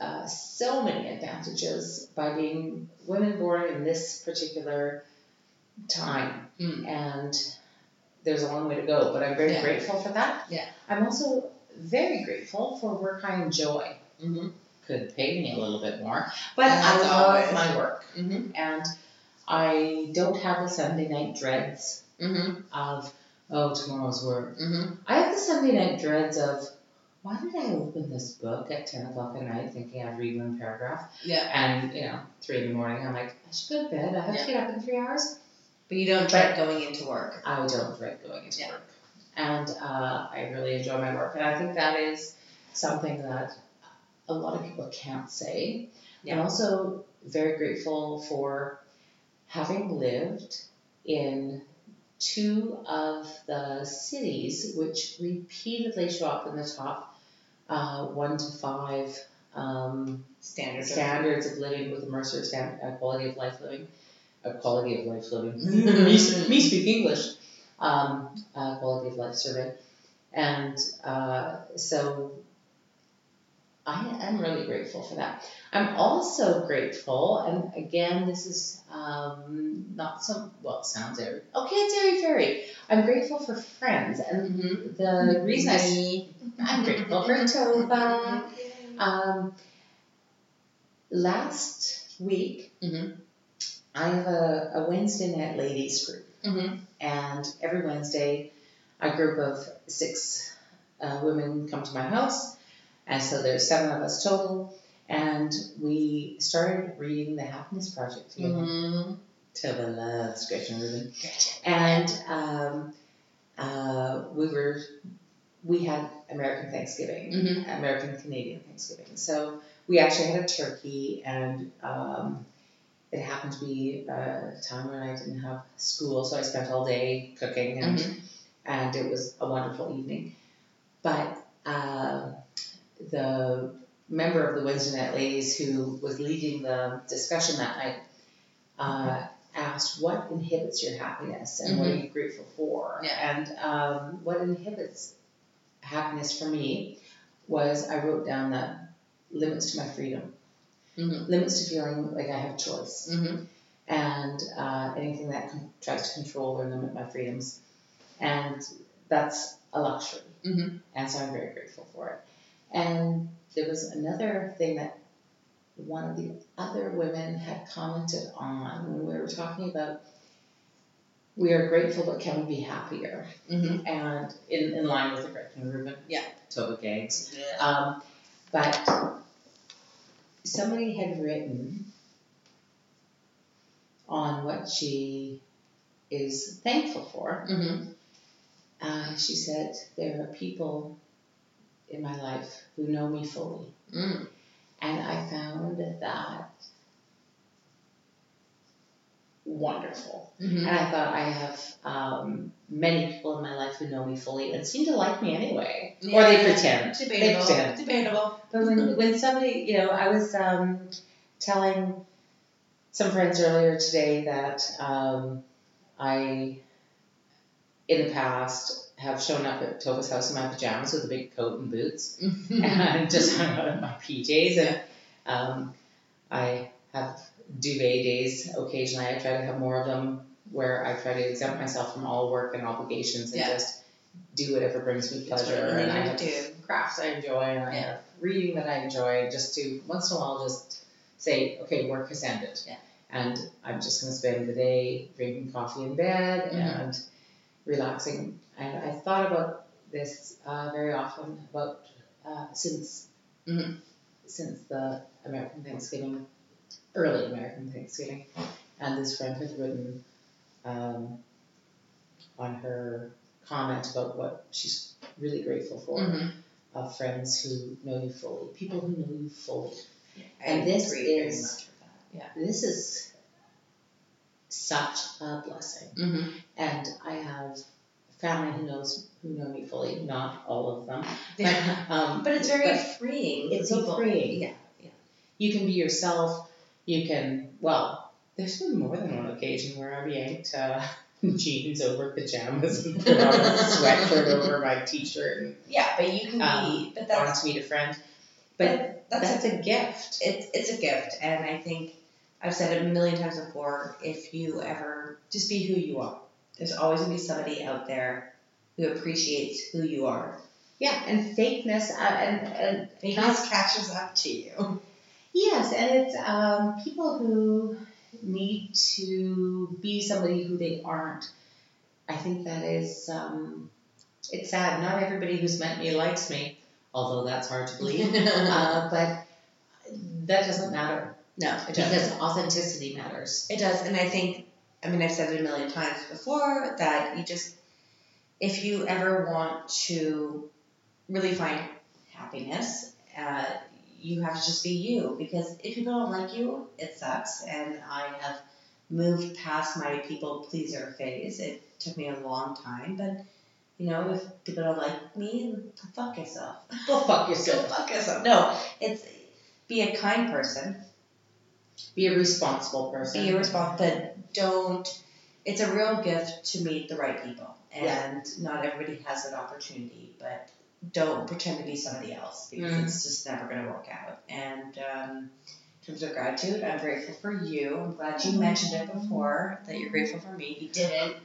uh, so many advantages by being women born in this particular time,
Mm.
and there's a long way to go. But I'm very
Yeah.
grateful for that.
Yeah.
I'm also very grateful for work I enjoy.
Mm-hmm.
Could pay me a little bit more, but I
As
love
always.
my work,
Mm-hmm.
and I don't have the Sunday night dreads
Mm-hmm.
of oh tomorrow's work
Mm-hmm.
I have the Sunday night dreads of why did I open this book at 10 o'clock at night thinking I'd read one paragraph?
Yeah.
And, you know, 3 in the morning, I'm like, I should go to bed. I have
Yeah.
to get up in three hours.
But you don't dread going into work.
I don't dread going into
Yeah.
work. And uh, I really enjoy my work. And I think that is something that a lot of people can't say.
Yeah.
I'm also very grateful for having lived in two of the cities which repeatedly show up in the top uh, one to five um,
Standards. of-
standards of living with Mercer stand, uh, quality of life living, uh, quality of life living. me,
Mm.
me speak English. Um, uh, quality of life survey, and uh, so I am really grateful for that. I'm also grateful, and again, this is um, not some well, it sounds airy. Okay, it's airy fairy. I'm grateful for friends, and
Mm-hmm.
the reason I
Me.
I'm grateful for Tova. Um, last week,
Mhm.
I have a, a Wednesday night ladies group,
Mm-hmm.
and every Wednesday, a group of six uh, women come to my house, and so there's seven of us total, and we started reading the Happiness Project together.
Mm-hmm.
Tova loves Gretchen Rubin. And um, uh, we were, we had American Thanksgiving.
Mm-hmm.
American Canadian Thanksgiving. So we actually had a turkey, and um, it happened to be a time when I didn't have school, so I spent all day cooking, and, and it was a wonderful evening. But uh, the member of the Wednesday Night Ladies who was leading the discussion that night uh, asked, What inhibits your happiness, and what are you grateful for?
Yeah.
And um, what inhibits happiness for me was I wrote down that limits to my freedom,
Mm-hmm.
limits to feeling like I have choice,
Mm-hmm.
and uh, anything that con- tries to control or limit my freedoms. And that's a luxury.
Mhm.
And so I'm very grateful for it. And there was another thing that one of the other women had commented on when we were talking about we are grateful, but can we be happier?
Mm-hmm.
And in, in line with the Gretchen Rubin.
Yeah.
Toba Gags. Um, but somebody had written on what she is thankful for.
Mm-hmm.
Uh, she said, There are people in my life who know me fully.
Mm.
And I found that wonderful.
Mm-hmm.
And I thought, I have um, many people in my life who know me fully and seem to like me anyway. Or they pretend. They
Debatable.
pretend.
Debatable.
But
Mm-hmm.
when, when somebody, you know, I was um, telling some friends earlier today that um, I, in the past, have shown up at Tova's house in my pajamas with a big coat and boots and just hung out in my PJs. And um, I have duvet days occasionally. I try to have more of them where I try to exempt myself from all work and obligations and
Yeah.
just do whatever brings me
That's
pleasure.
what you
and I
need
have
to do.
crafts I enjoy and I
Yeah.
have reading that I enjoy just to once in a while just say, okay, work has ended.
Yeah.
And I'm just gonna spend the day drinking coffee in bed
Mhm.
and relaxing. And I thought about this uh, very often about uh, since
Mhm.
since the American Thanksgiving, early American Thanksgiving, and this friend had written um, on her comment about what she's really grateful for
Mm-hmm.
of friends who know you fully, people who know you fully.
I
And this
agree very
is-
much with that. Yeah.
This is such a Uh, blessing.
Mm-hmm.
And I have family who knows who know me fully, not all of them.
Yeah.
But, um,
Mm-hmm. But it's very
but
freeing.
it's
for
so
people.
freeing.
Yeah. Yeah.
you can be yourself. You can well. There's been more than one occasion where I've yanked uh, jeans over pajamas and put on a sweatshirt over my t-shirt and
Yeah, but you can be.
Um,
But that's
gone to meet a friend. But
But that's,
that's
a,
a gift.
it's it's a gift, and I think I've said it a million times before. If you ever just be who you are, there's always gonna be somebody out there who appreciates who you are.
Yeah, and fakeness uh, and, and
Maybe
That's-
this catches up to you.
Yes, and it's um, people who need to be somebody who they aren't. I think that is um, it's sad. Not everybody who's met me likes me, although that's hard to believe. uh, but that doesn't matter
no, it does.
because authenticity matters.
It does, and I think I mean I've said it a million times before that you just if you ever want to really find happiness, uh, you have to just be you because if people don't like you, it sucks. And I have moved past my people pleaser phase. It took me a long time, but you know, if people don't like me, then fuck yourself.
Go fuck
Go fuck yourself. No, it's be a kind person.
Be a responsible person.
Be irresponsible, but don't. It's a real gift to meet the right people, and
Yeah.
not everybody has that opportunity. But don't pretend to be somebody else because
Mm.
it's just never going to work out. And um, in terms of gratitude, I'm grateful for you. I'm glad
Mm-hmm.
you mentioned it before that you're grateful for me. You didn't.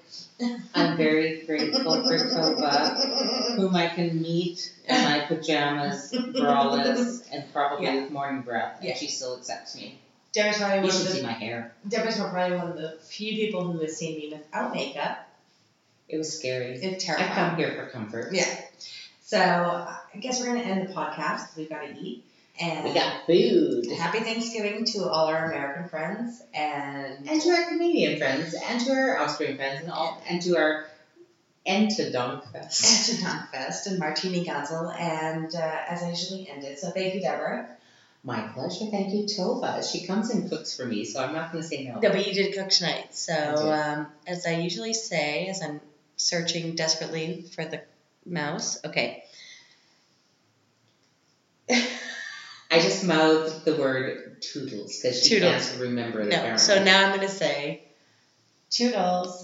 I'm very grateful for Tova. whom I can meet in my pajamas, braless, and probably
Yeah.
with morning breath, and
Yeah.
she still accepts me.
Deborah's probably
You
one of
should
the
see my hair.
Deborah's probably one of the few people who has seen me without makeup.
It was scary.
It's
I
terrifying.
come here for comfort.
Yeah. So I guess we're gonna end the podcast 'cause we've got to eat. And
We got food.
happy Thanksgiving to all our American friends. And
And to our Canadian friends, and to our Austrian friends, and all, and to our Entadunk
and
fest.
to Dunk Fest and Martini Gonzel. And uh, as I usually end it, so thank you, Deborah.
My pleasure. Thank you, Tova. She comes and cooks for me, so I'm not going to say no.
but you did cook tonight. So
I did.
um, as I usually say, as I'm searching desperately for the mouse. Okay.
I just mouthed the word toodles because she
Toodles.
can't remember it
No.
apparently.
So now I'm gonna say toodles.